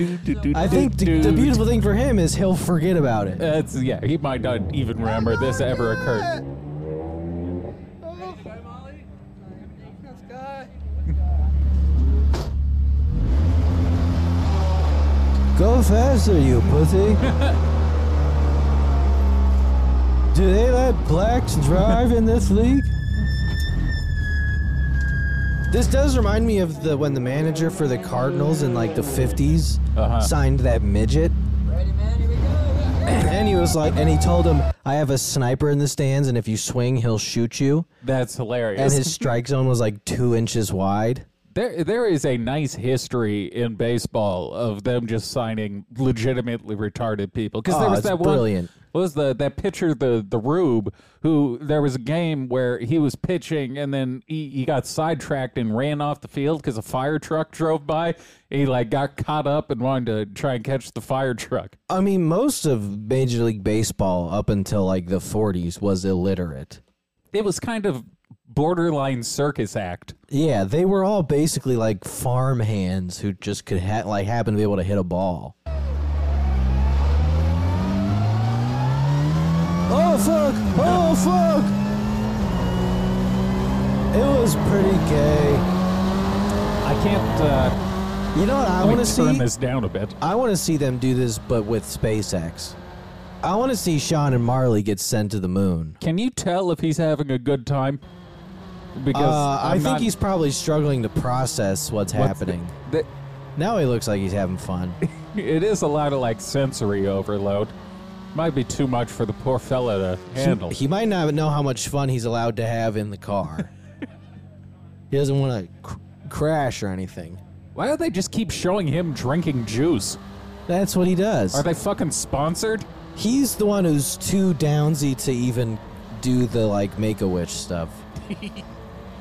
B: I think the, the beautiful thing for him is he'll forget about it.
A: That's yeah. He might not even remember this ever occurred.
D: Oh, that's good.
B: Go faster, you pussy. Do they let blacks drive in this league? This does remind me of the when the manager for the Cardinals in like the 50s
A: Uh-huh.
B: signed that midget.
G: ready, man, here we go.
B: And he was like, and he told him, I have a sniper in the stands, and if you swing, he'll shoot you.
A: That's
B: And
A: hilarious.
B: his strike zone was like two inches wide.
A: there, there is a nice history in baseball of them just signing legitimately retarded people. Because there
B: Oh,
A: was
B: it's
A: that
B: brilliant.
A: one. What was the that pitcher the the Rube who there was a game where he was pitching and then he, he got sidetracked and ran off the field because a fire truck drove by. He like got caught up and wanted to try and catch the fire truck.
B: I mean, most of Major League Baseball up until like the 40s was illiterate.
A: It was kind of borderline circus act.
B: Yeah, they were all basically like farm hands who just could ha- like happen to be able to hit a ball. Oh fuck! Oh fuck! It was pretty gay.
A: I can't. Uh,
B: You know what I
A: let me
B: want to
A: turn
B: see?
A: this down a bit.
B: I want to see them do this, but with SpaceX. I want to see Sean and Marley get sent to the moon.
A: Can you tell if he's having a good time? Because
B: Uh, I
A: I'm
B: think
A: not-
B: he's probably struggling to process what's
A: what's-
B: happening.
A: th-
B: Now he looks like he's
A: [LAUGHS]
B: having fun.
A: it is a lot of like sensory overload. Might be too much for the poor fella to handle.
B: He might not know how much fun he's allowed to have in the
A: [LAUGHS]
B: car. he doesn't want to cr- crash or anything.
A: Why don't they just keep showing him drinking juice?
B: That's what he does.
A: Are they fucking sponsored?
B: He's the one who's too downsy to even do the like make a wish
A: [LAUGHS]
B: stuff.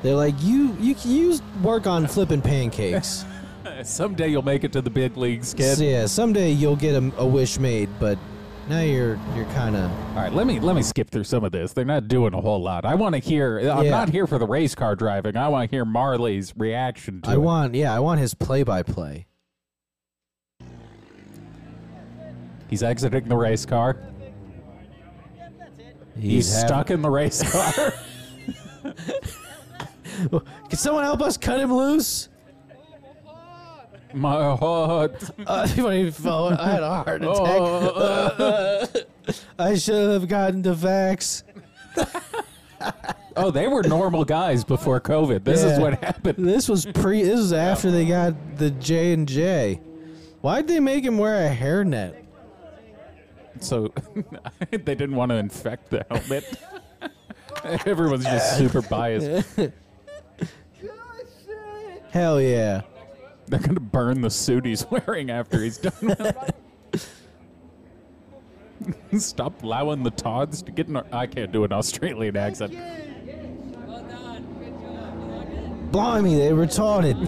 B: They're like, you, you, can- you work on flipping
A: [LAUGHS]
B: pancakes.
A: Uh, Someday you'll make it to the big leagues,
B: So,
A: kid.
B: yeah, someday you'll get a, a wish made, but now you're you're kind of
A: All right, let me let me skip through some of this. They're not doing a whole lot. I want to hear. I'm
B: Yeah.
A: not here for the race car driving. I want to hear Marley's reaction to
B: I
A: it.
B: want, yeah, I want his play-by-play.
A: he's exiting the race car. He's, stuck in the race
B: [LAUGHS]
A: car. [LAUGHS]
B: Can someone help us cut him loose?
A: My heart.
B: [LAUGHS] Uh, my phone, I had a heart attack.
A: Oh,
B: [LAUGHS] I should have gotten the vax.
A: oh, they were normal guys before COVID. This is
B: Yeah.
A: what happened.
B: This was pre. This was after they got the J and J. Why'd they make him wear a hairnet?
A: So [LAUGHS] they didn't want to infect the helmet. [LAUGHS] Everyone's just super biased.
B: Hell yeah!
A: They're gonna burn the suit he's [LAUGHS] wearing after he's done with it. [LAUGHS] Stop allowing the Tods to get in. Our, I can't do an Australian accent.
G: Well done. Good job. You like it?
B: Blimey, they retarded.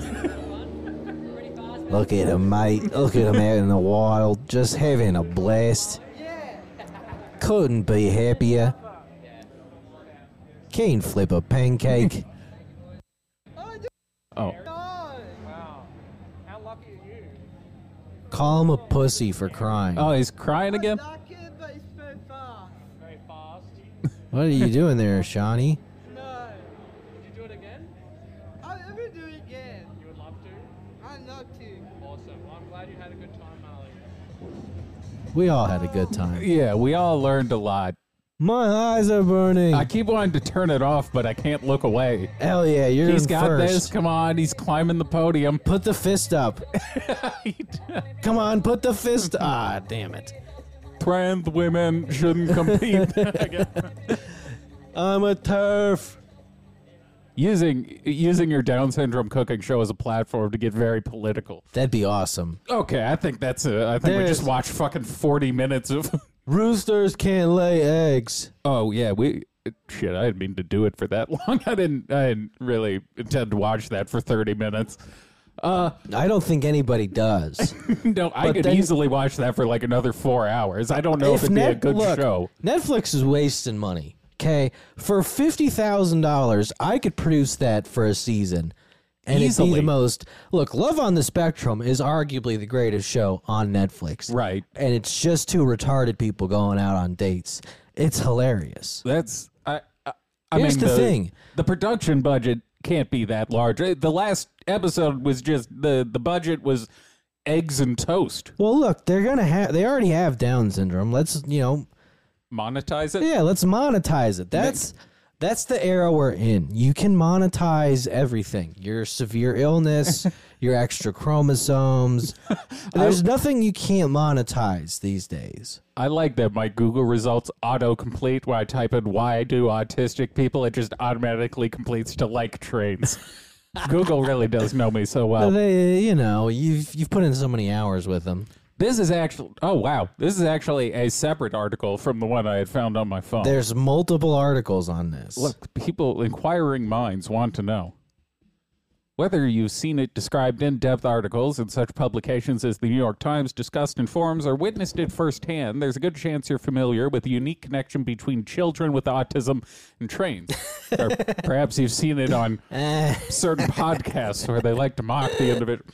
G: Pretty fast.
B: Look at him, mate. Look at him out in the wild, just having a blast. Couldn't be happier. Can't flip a pancake.
A: Oh,
E: Wow. How lucky are you?
B: Call him a pussy for crying.
A: oh, he's crying again.
D: Lucky, but it's very fast.
E: Very fast.
B: What are you doing there, Shawnee?
D: No.
E: Would you do it again?
D: I'll never do it again.
E: You would love to.
D: I love to.
E: Awesome. Well, I'm glad you had a good time, Marley.
B: We all had a good time.
A: Yeah, we all learned a lot.
B: My eyes are burning.
A: I keep wanting to turn it off, but I can't look away.
B: Hell yeah, you're
A: He's
B: in
A: got
B: first.
A: this. Come on, he's climbing the podium. [LAUGHS]
B: Put the fist up. Come on, put the fist. Ah, damn it.
A: Trans women shouldn't
B: [LAUGHS]
A: compete.
B: I'm a turf.
A: using using your Down syndrome cooking show as a platform to get very political.
B: That'd be awesome.
A: Okay, I think that's it. I think we
B: There's-
A: just watched fucking forty minutes of. [LAUGHS]
B: Roosters can't lay eggs.
A: oh yeah, we shit. I didn't mean to do it for that [LAUGHS] long. I didn't. I didn't really intend to watch that for thirty minutes. [LAUGHS]
B: I don't think anybody does.
A: No, I
B: But
A: could
B: then-
A: easily watch that for like another four hours. I don't know if,
B: if
A: it'd be a
B: Net-
A: good
B: look,
A: show.
B: Netflix is wasting money. Okay, for fifty thousand dollars, I could produce that for a season, and it'd be
A: Easily.
B: the most. Look, Love on the Spectrum is arguably the greatest show on Netflix.
A: Right.
B: and it's just two retarded people going out on dates. It's hilarious.
A: That's I. I, I
B: Here's
A: mean,
B: the thing.
A: the production budget can't be that large. Uh, The last episode was just the the budget was eggs and toast.
B: Well, look, they're gonna have. They already have Down syndrome. Let's you know,
A: Monetize it.
B: yeah, let's monetize it. That's that's the era we're in. You can monetize everything. Your
A: [LAUGHS]
B: severe illness, your extra chromosomes. There's nothing you can't monetize these days.
A: I like that my Google results autocomplete when I type in "why do autistic people," it just automatically completes to like
B: [LAUGHS]
A: trains. Google really does know me so well.
B: They, you know, you've you've put in so many hours with them.
A: This is actually oh wow, this is actually a separate article from the one I had found on my phone.
B: There's multiple articles on this.
A: Look, people, inquiring minds want to know whether you've seen it described in depth articles in such publications as the New York Times, discussed in forums, or witnessed it firsthand. There's a good chance you're familiar with the unique connection between children with autism and trains. or perhaps you've seen it on certain podcasts where they like to mock the individual.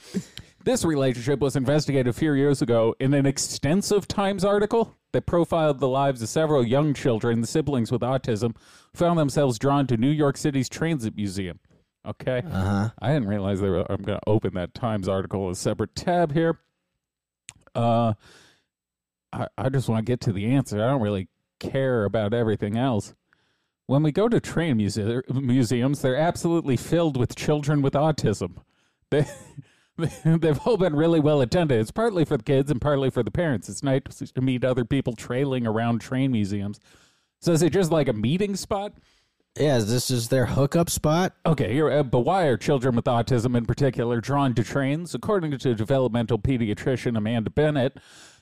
A: This relationship was investigated a few years ago in an extensive Times article that profiled the lives of several young children, siblings with autism, who found themselves drawn to New York City's transit museum. Okay. Uh-huh. I didn't realize they were. I'm going to open that Times article as a separate tab here. Uh, I, I just want to get to the answer. I don't really care about everything else. When we go to train muse- museums, they're absolutely filled with children with autism. They, [LAUGHS] they've all been really well attended. It's partly for the kids and partly for the parents. It's nice to meet other people trailing around train museums. So is it just like a meeting spot?
B: Yeah, this is their hookup spot.
A: Okay, here, uh, but why are children with autism in particular drawn to trains? According to developmental pediatrician Amanda Bennett,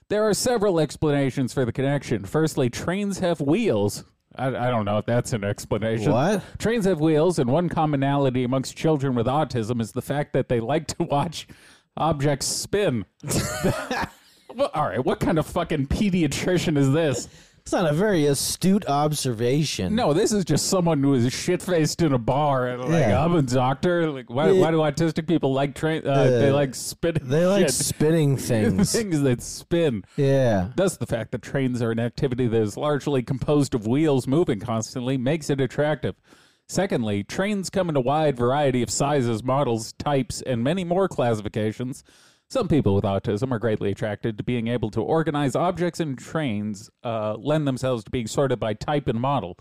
A: there are several explanations for the connection. Firstly, trains have wheels. I, I don't know if that's an explanation.
B: What?
A: Trains have wheels, and one commonality amongst children with autism is the fact that they like to watch objects spin. [LAUGHS] well, all right, what kind of fucking pediatrician is this?
B: It's not a very astute observation.
A: No, this is just someone who is shit faced in a bar and like
B: Yeah.
A: I'm a doctor. Like, why,
B: Yeah.
A: why do autistic people like train? Uh, they like spin.
B: they like
A: shit. [LAUGHS]
B: spinning things.
A: things that spin.
B: yeah.
A: Thus, the fact that trains are an activity that is largely composed of wheels moving constantly makes it attractive. Secondly, trains come in a wide variety of sizes, models, types, and many more classifications. Some people with autism are greatly attracted to being able to organize objects and trains, uh, lend themselves to being sorted by type and model.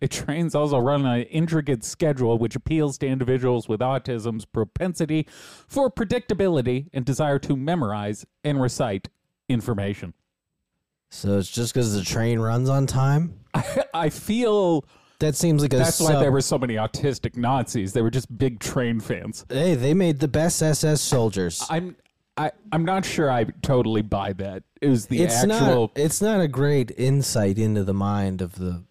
A: It trains also run an intricate schedule which appeals to individuals with autism's propensity for predictability and desire to memorize and recite information.
B: So it's just because the train runs on time?
A: I feel
B: That seems like a
A: that's why
B: sub-
A: there were so many autistic Nazis. They were just big train fans.
B: Hey, they made the best SS soldiers.
A: I'm I, I'm not sure I totally buy that. Is the
B: it's
A: actual
B: not it's not a great insight into the mind of the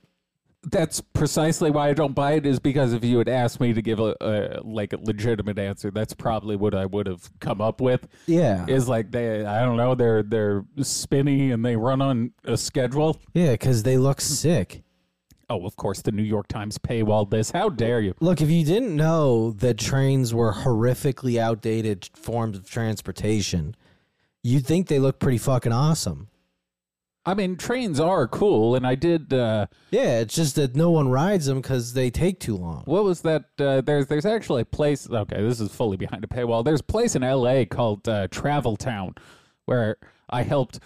A: that's precisely why I don't buy it is because if you had asked me to give a, a like a legitimate answer, that's probably what I would have come up with.
B: Yeah.
A: is like they I don't know they're they're spinny and they run on a schedule.
B: Yeah, because they look sick.
A: Oh, of course, the New York Times paywalled this. How dare you?
B: Look, if you didn't know that trains were horrifically outdated forms of transportation, you'd think they look pretty fucking awesome.
A: I mean, trains are cool, and I did. Uh,
B: Yeah, it's just that no one rides them because they take too long.
A: what was that? Uh, there's there's actually a place. Okay, this is fully behind a paywall. There's a place in L.A. called uh, Travel Town, where I helped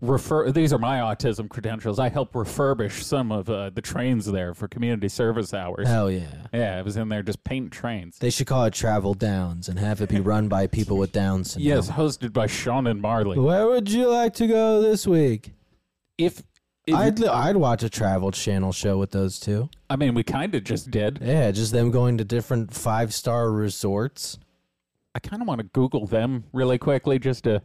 A: refer. These are my autism credentials. I help refurbish some of uh, the trains there for community service hours.
B: Hell yeah.
A: Yeah, I was in there just painting trains.
B: They should call it Travel Downs and have it be run by people with Down syndrome.
A: yes, hosted by Sean and Marley.
B: Where would you like to go this week?
A: If, if
B: I'd I'd watch a travel channel show with those two.
A: I mean, we kind of just did.
B: Yeah, just them going to different five star resorts,
A: I kind of want to Google them really quickly just to.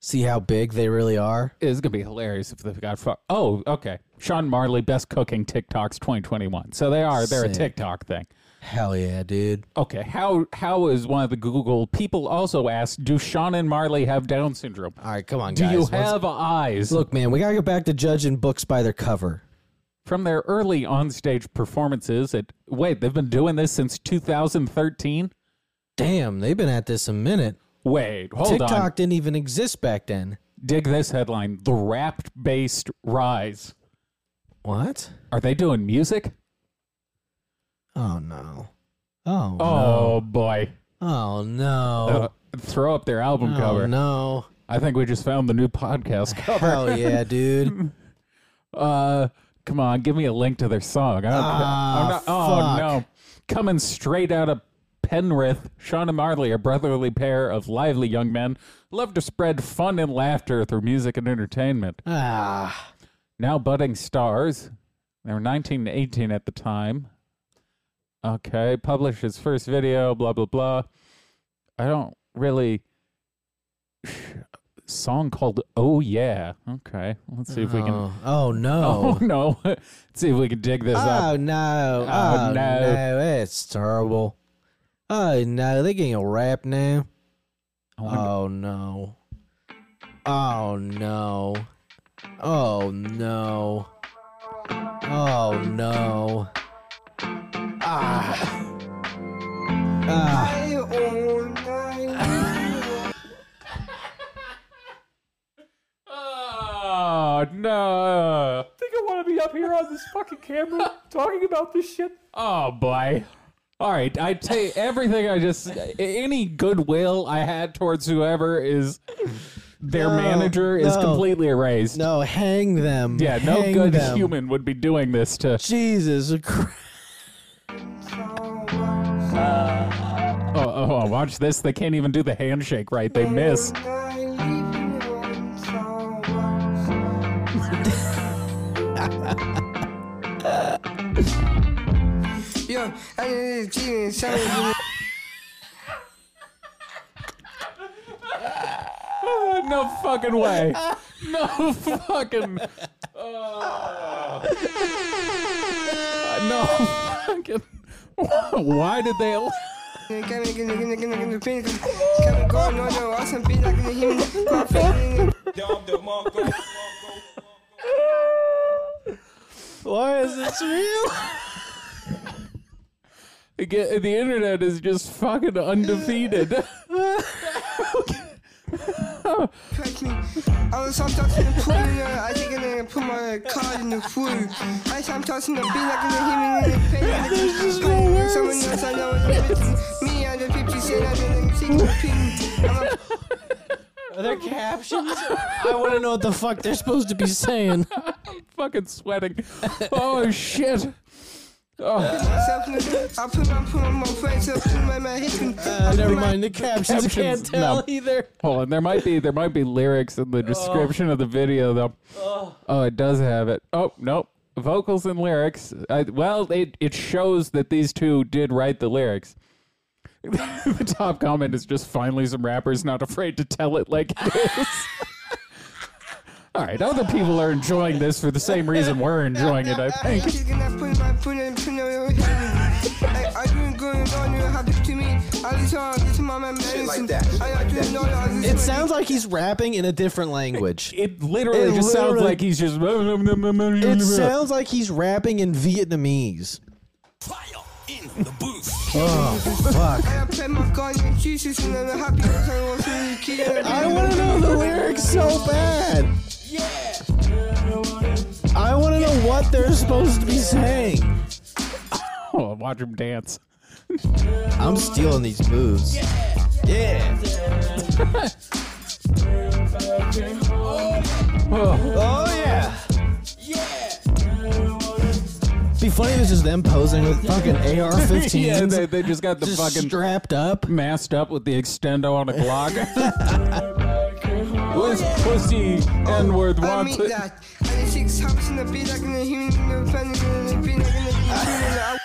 B: see how big they really are.
A: It's gonna be hilarious if they've got. Fu- oh, okay. Sean Marley, best cooking TikToks 2021. So they are. They're a
B: Sick.
A: TikTok thing.
B: Hell yeah, dude.
A: Okay, how how is one of the Google people also asked? Do Sean and Marley have Down syndrome?
B: All right, come on,
A: Do
B: guys.
A: you
B: Let's-
A: have eyes?
B: Look, man, we gotta get back to judging books by their cover.
A: from their early onstage performances at wait, they've been doing this since 2013.
B: Damn, they've been at this a minute.
A: Wait, hold
B: TikTok
A: on.
B: didn't even exist back then.
A: Dig this headline: The rap-based rise.
B: What?
A: Are they doing music?
B: Oh no. Oh.
A: Oh boy!
B: No. Oh no.
A: Uh, throw up their album
B: oh
A: cover.
B: no.
A: I think we just found the new podcast
B: [LAUGHS]
A: cover.
B: Hell yeah,
A: [LAUGHS]
B: dude.
A: Uh, come on, give me a link to their song. I don't,
B: Ah,
A: I'm not, oh no, coming straight out of Penrith, Sean and Marley, a brotherly pair of lively young men, love to spread fun and laughter through music and entertainment.
B: ah.
A: Now budding stars, they were 19 to 18 at the time. Okay, published his first video, blah blah blah. I don't really. [SIGHS] Song called "Oh Yeah." Okay, let's see if we can.
B: Oh,
A: [LAUGHS]
B: oh,
A: Oh
B: no.
A: no! Let's see if we can dig this
B: Oh
A: up.
B: no.
A: Oh, no.
B: Oh, no. It's terrible. Oh no, they're getting a rap now.
A: I wonder-
B: Oh no. Oh no. Oh no. Oh no. Ah. Ah.
A: Oh, no!
E: think I want to be up here on this fucking
A: [LAUGHS]
E: camera talking about this shit.
A: Oh boy! All right, I take everything I just any goodwill I had towards whoever is their
B: No,
A: manager is
B: no.
A: completely erased.
B: No, hang them.
A: Yeah, no
B: Hang
A: good
B: them.
A: human would be doing this to.
B: Jesus Christ.
A: Oh, oh, oh, watch this! They can't even do the handshake right. They miss. Uh, [LAUGHS] no fucking way. No fucking. Uh, no fucking. Why did they? al-
B: Why is this real?
A: [LAUGHS] Again, the internet is just fucking undefeated.
B: [LAUGHS]
H: Correct me. I was sometimes in the pool, you know, I think I'm gonna put my card in the pool. I sometimes in the beat like I'm a human in the pain. Like this is Someone else I know is with me. I'm the 50 cent, I'm the 60 I'm a
B: Are there captions? [LAUGHS] I want to know what the fuck they're supposed to be [LAUGHS] saying.
A: fucking sweating. Oh shit. Oh,
H: myself in the I put my, put my, my friends up in my, my hip and
B: Uh, never mind the captions. I
A: Captions,
B: can't tell
A: no.
B: either.
A: hold on. There might be there might be lyrics in the description of the video though. Oh, it does have it. Oh nope. Vocals and lyrics. I, well, it it shows that these two did write the lyrics. [LAUGHS] the top comment is just finally some rappers not afraid to tell it like it is. [LAUGHS] All right, other people are enjoying this for the same reason we're enjoying it. I think.
H: She's gonna put my put in put in her hand. I doing good and all you happy to me. I listen, I listen, my man. Shit like that. I do know I listen.
B: It sounds like he's rapping in a different language.
A: It literally
B: It
A: just sounds
B: literally-
A: like he's just. [LAUGHS]
B: It sounds like he's rapping in Vietnamese. Oh, fuck.
H: I play my God and Jesus and I'm happy because I was really kidding.
B: I want to know the lyrics so bad. I want to know what they're supposed to be saying.
A: Oh, watch him
B: [LAUGHS]
A: dance.
B: I'm stealing these moves. Yeah. Oh yeah. Be funny if it's just them posing
A: [LAUGHS]
B: with fucking AR-15s,
A: yeah, they, they just got the
B: just
A: fucking
B: strapped up.
A: masked up with the extendo on
H: [LAUGHS]
A: a Glock. What's pussy N-word
H: I
A: wants
H: mean
A: it?
H: that. I did six hops in the beat like in the human in the planet in the beat like in the human. I-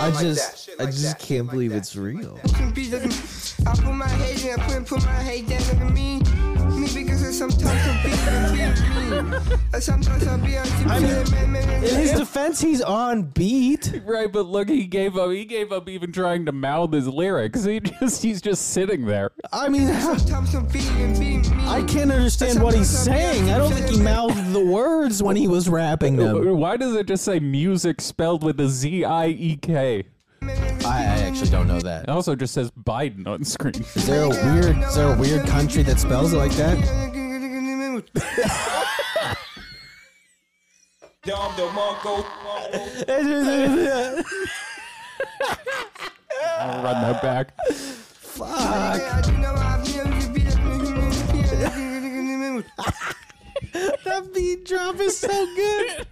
B: I just, I just can't believe it's real.
H: can be looking. I put my head in, I put, put my head down, look at me. Me because I sometimes I'll be, I'll be me. I sometimes I'll be on TV,
B: I
H: man,
B: mean,
H: man, man,
B: In his
H: man.
B: defense, he's on beat.
A: Right, but look, he gave up. He gave up even trying to mouth his lyrics. He just he's just sitting there.
B: I mean, [LAUGHS]
H: Sometimes I'll be and be me.
B: I can't understand what he's saying. I don't think he mouthed the words when he was rapping them.
A: Why does it just say music spelled with a Z I E K?
B: I, I actually don't know that.
A: It also just says Biden on screen. [LAUGHS]
B: Is there a weird, is there a weird country that spells it like [LAUGHS] that?
A: I'll run that back.
B: That beat drop is so good.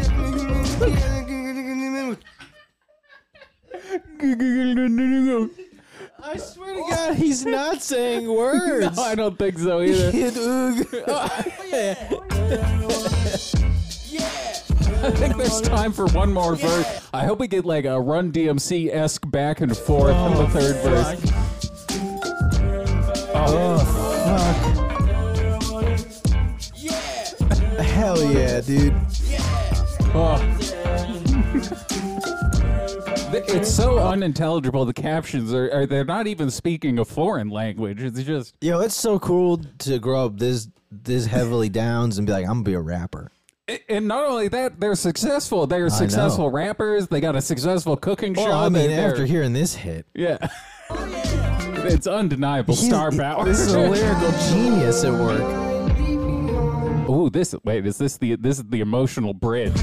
B: [LAUGHS] I swear to God, he's not saying [LAUGHS] words.
A: I don't think so either.
B: Kid Oog.
A: I think
H: [LAUGHS]
A: there's time for one more verse. I hope we get like a Run DMC esque back and forth in the third verse.
B: Oh, fuck. Hell yeah, dude.
A: Oh. Th- it's so unintelligible. The captions are, are they're not even speaking a foreign language. It's just
B: Yo, it's so cool to grow up this this heavily downs and be like, I'm gonna be a rapper.
A: a- and not only that, they're successful. They're successful rappers. They got a successful cooking show.
B: Well, I mean,
A: They're- they're-
B: after hearing this hit,
A: Yeah. [LAUGHS] It's undeniable star
B: He's-
A: power.
B: This
A: [LAUGHS]
B: is a [LAUGHS] lyrical genius at work.
A: Ooh, this wait, is this the this is the emotional bridge.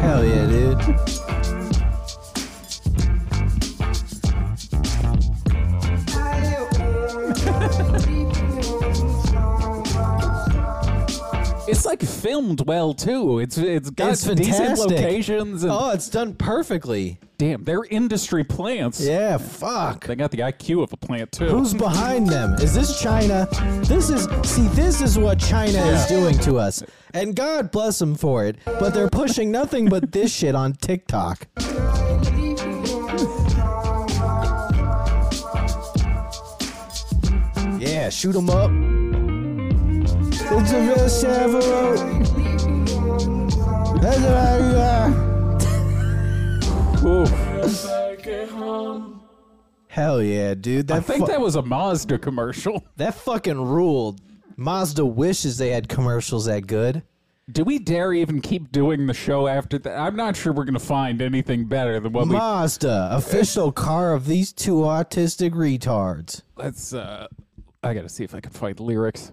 B: Hell yeah, dude.
A: It's like filmed well too. It's it's got
B: It's
A: decent
B: fantastic.
A: locations and
B: Oh, it's done perfectly.
A: damn, they're industry plants.
B: Yeah, fuck.
A: They got the IQ of a plant too.
B: Who's behind them? Is this China? This is see, this is what China is doing to us, and God bless them for it. But they're pushing nothing but this [LAUGHS] shit on TikTok. Yeah, shoot them up. It's a real Savaro. That's how you are.
A: Ooh.
B: Hell yeah, dude. That
A: I think
B: fu-
A: that was a Mazda commercial.
B: That fucking ruled. Mazda wishes they had commercials that good.
A: Do we dare even keep doing the show after that? I'm not sure we're gonna find anything better than what we
B: Mazda, official car of these two autistic retards.
A: let's uh I gotta see if I can find lyrics.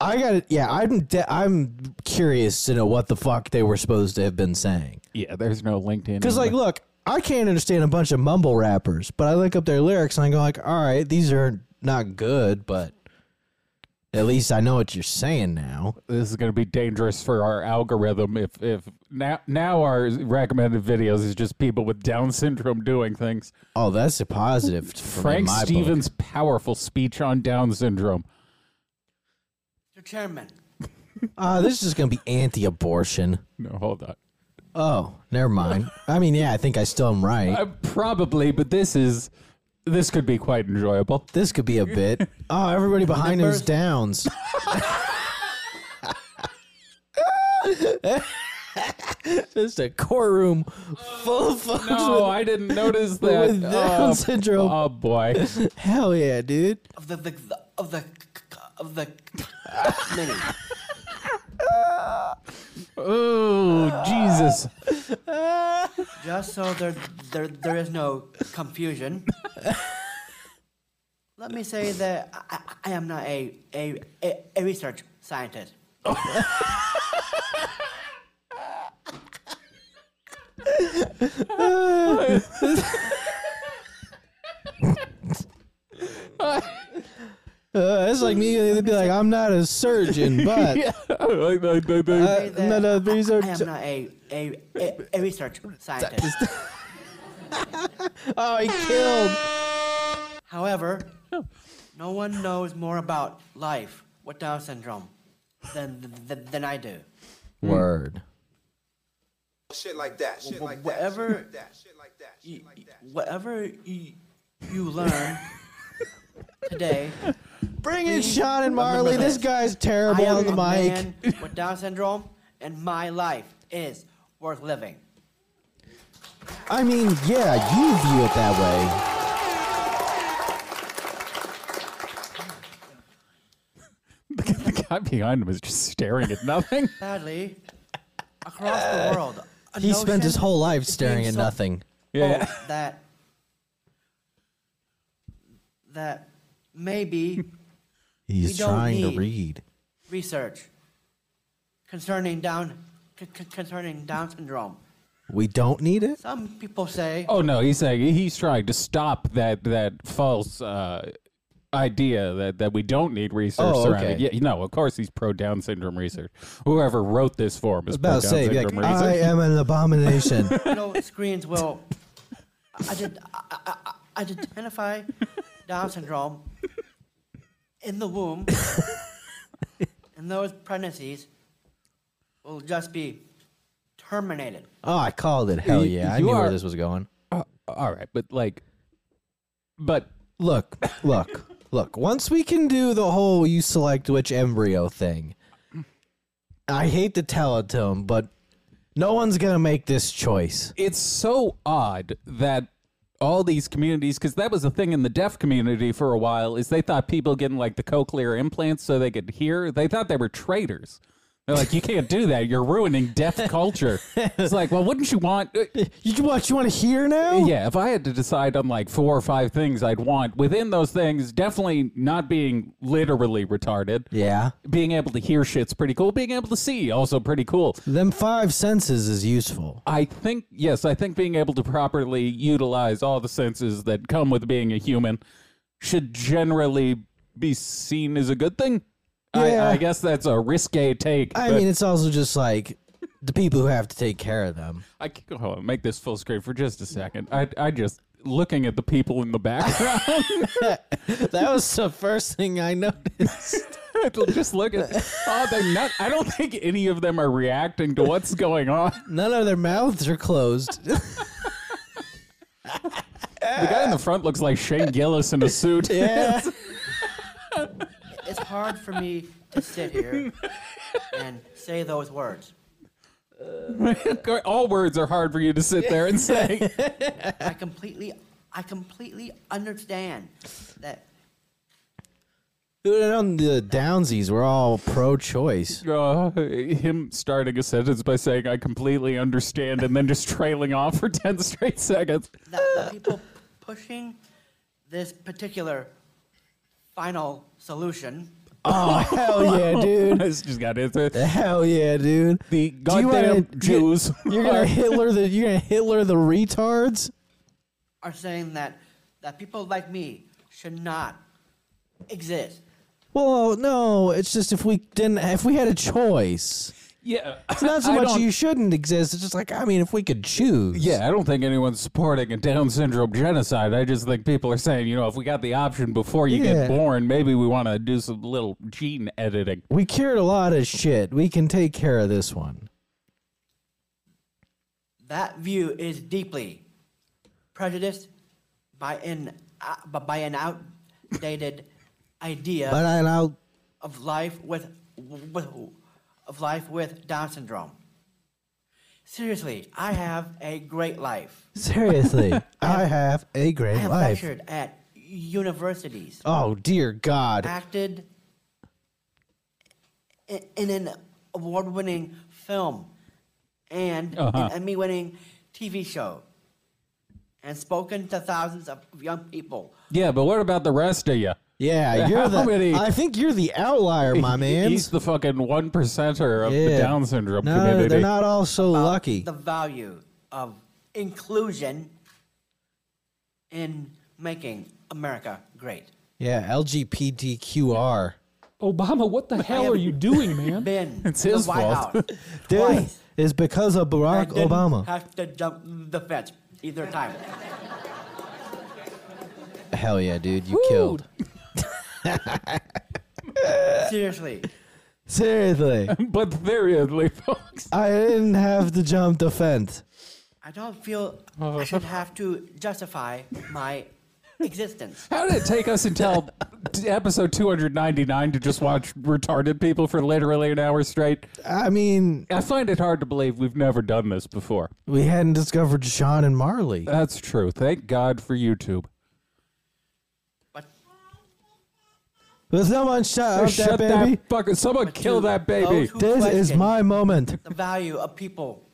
B: I got it. Yeah, I'm. De- I'm curious to know what the fuck they were supposed to have been saying.
A: Yeah, there's no LinkedIn.
B: Because like, look, I can't understand a bunch of mumble rappers, but I look up their lyrics and I go like, all right, these are not good, but at least I know what you're saying now.
A: this is going to be dangerous for our algorithm if if now now our recommended videos is just people with down syndrome doing things
B: Oh, that's a positive. from
A: frank
B: my book.
A: stevens powerful speech on down syndrome
B: Ah, this is gonna be anti-abortion.
A: no hold on
B: Oh, never mind. I mean, yeah, I think I still am right.
A: uh, probably but this is this could be quite enjoyable
B: This could be a bit.
A: [LAUGHS]
B: Oh, everybody behind him is downs. [LAUGHS] Just a courtroom full of folks
A: no i
B: [LAUGHS]
A: didn't notice that
B: with down
A: oh,
B: syndrome.
A: oh boy
B: with. Hell yeah, dude.
I: of the, the of the of the many.
A: oh
B: [LAUGHS]
A: jesus
I: Just so there there there is no
B: [LAUGHS]
I: confusion. Let me say that I, I- I am not a, a a a research scientist.
B: Uh, it's like me. They'd be like, "I'm not a
A: [LAUGHS]
B: surgeon, but
A: Uh, [LAUGHS]
B: I'm not a
I: I am
B: research."
I: not a, a, a, a research scientist.
B: Oh, he killed.
I: However, no one knows more about life with Down syndrome than, than, than I do.
B: Word.
H: Shit like that. Shit like that.
I: Whatever,
H: Shit like that.
I: you, whatever you,
B: [LAUGHS]
I: you learn today,
B: Bring in Sean and Marley. This guy's
I: I
B: terrible
I: am
B: on the
I: a
B: mic.
I: man with Down syndrome, and my life is worth living.
B: I mean, yeah, you view it that
A: the guy behind him is just staring at
B: [LAUGHS]
A: nothing.
I: Sadly, across the world, a
B: way. He spent his
I: notion
B: whole life
I: is being
B: staring at
I: sold-
B: nothing.
A: Yeah.
I: sold That that maybe
B: He's
I: We don't
B: trying to
I: need-
B: read.
I: research concerning Down c- c- concerning Down syndrome.
B: We don't need it.
I: Some people say
A: [LAUGHS] Oh no, he's saying he's trying to stop that that false uh, idea that, that we don't need research
B: Oh,
A: surrounding.
B: okay.
A: Yeah, no, of course he's pro Down syndrome research. Whoever wrote this form is pro Down
B: About to say, be
A: syndrome
B: like, I
A: research.
B: am an abomination.
I: you know screens will ident- I- I- I- identify Down syndrome in the womb, and those pregnancies will just be terminated.
B: [LAUGHS] oh, I called it. Hell
A: You-
B: yeah! I
A: you
B: knew
A: are-
B: where this was going.
A: Uh, All right, but like, but
B: Look, look, look. Once we can do the whole you select which embryo thing, I hate to tell it to him, but no one's going to make this choice.
A: it's so odd that all these communities because that was a thing in the deaf community for a while is they thought people getting like the cochlear implants so they could hear they thought they were traitors they're like you can't do that you're ruining deaf culture it's like well wouldn't you want
B: You what? You want to hear now?
A: yeah if i had to decide on like four or five things i'd want within those things definitely not being literally retarded
B: Yeah.
A: being able to hear shit's pretty cool being able to see also pretty cool
B: Them five senses is useful.
A: I think yes, I think being able to properly utilize all the senses that come with being a human should generally be seen as a good thing.
B: Yeah.
A: I, I guess that's a risque take.
B: I
A: but
B: mean, it's also just like the people who have to take care of them.
A: I can hold on, make this full screen for just a second. I I just looking at the people in the background. [LAUGHS]
B: That was the first thing I noticed.
A: just look at oh they not I don't think any of them are reacting to what's going on.
B: None of their mouths are closed.
A: The guy in the front looks like Shane Gillis in a suit.
B: [LAUGHS] yeah.
I: It's hard for me to sit here and say those words.
A: [LAUGHS] all words are hard for you to sit there and
B: [LAUGHS]
A: say.
I: I completely, I completely understand that
B: Dude, and on the downsies, we're all pro-choice.
A: Uh, him starting a sentence by saying "I completely understand" and then just trailing off for [LAUGHS] ten straight seconds.
I: that the people pushing this particular final solution
B: Oh, Hell [LAUGHS] yeah, dude.
A: This just got into it.
B: Hell yeah, dude.
A: The
B: Do you wanna-
A: goddamn Jews.
B: You're [LAUGHS] gonna Hitler the you're gonna Hitler the retards?
I: are saying that that people like me should not exist.
B: Well, no, it's just if we didn't if we had a choice.
A: yeah,
B: It's not so much you shouldn't exist, it's just like I mean if we could choose.
A: Yeah, I don't think anyone's supporting a Down syndrome genocide. I just think people are saying, you know, if we got the option before you
B: Yeah.
A: get born, maybe we want to do some little gene editing.
B: We cured a lot of shit. We can take care of this one.
I: That view is deeply prejudiced by an uh, bu- by an outdated idea
B: But I know
I: of life with, with of life with Down syndrome. Seriously, I have a great life.
B: seriously, [LAUGHS] I have a
I: I
B: great
I: have
B: life.
I: lectured at universities,
B: Oh dear God.
I: acted i- in an award-winning film, and
A: Uh-huh.
I: an Emmy-winning TV show, and spoken to thousands of young people.
A: Yeah, but what about the rest of you?
B: Yeah, you're
A: [LAUGHS] How
B: the.
A: many-
B: I think you're the outlier,
A: [LAUGHS]
B: my man.
A: He's the fucking one percenter of
B: Yeah.
A: the Down syndrome
B: no,
A: community.
B: they're not all so lucky.
I: Uh, The value of inclusion in making America great.
B: yeah,
I: [LAUGHS]
B: LGBTQR.
J: Obama, what the hell are you doing,
B: [LAUGHS]
J: man?
I: Ben,
A: It's
I: the
A: his
I: White
A: fault. [LAUGHS]
I: House
B: This
I: Twice.
B: is because of
I: I
B: Barack
I: didn't
B: Obama.
I: Have to jump the fence either
A: [LAUGHS]
I: time.
B: Hell yeah, dude, you killed.
I: Seriously,
B: Seriously,
A: [LAUGHS] but seriously, [LAUGHS] folks,
B: I didn't have to jump the fence.
I: I don't feel I should have to justify my existence.
A: how did it take us until [LAUGHS] t- episode 299 to just watch retarded people for literally an hour straight?
B: I mean,
A: I find it hard to believe we've never done this before.
B: we hadn't discovered Sean and Marley.
A: That's true. Thank God for YouTube.
I: But
B: There's no one shut up,
A: Shut
B: that baby.
A: that fucking. Someone kill
I: you-
A: that baby.
I: those who
B: This is
I: question
B: my moment.
I: the value of people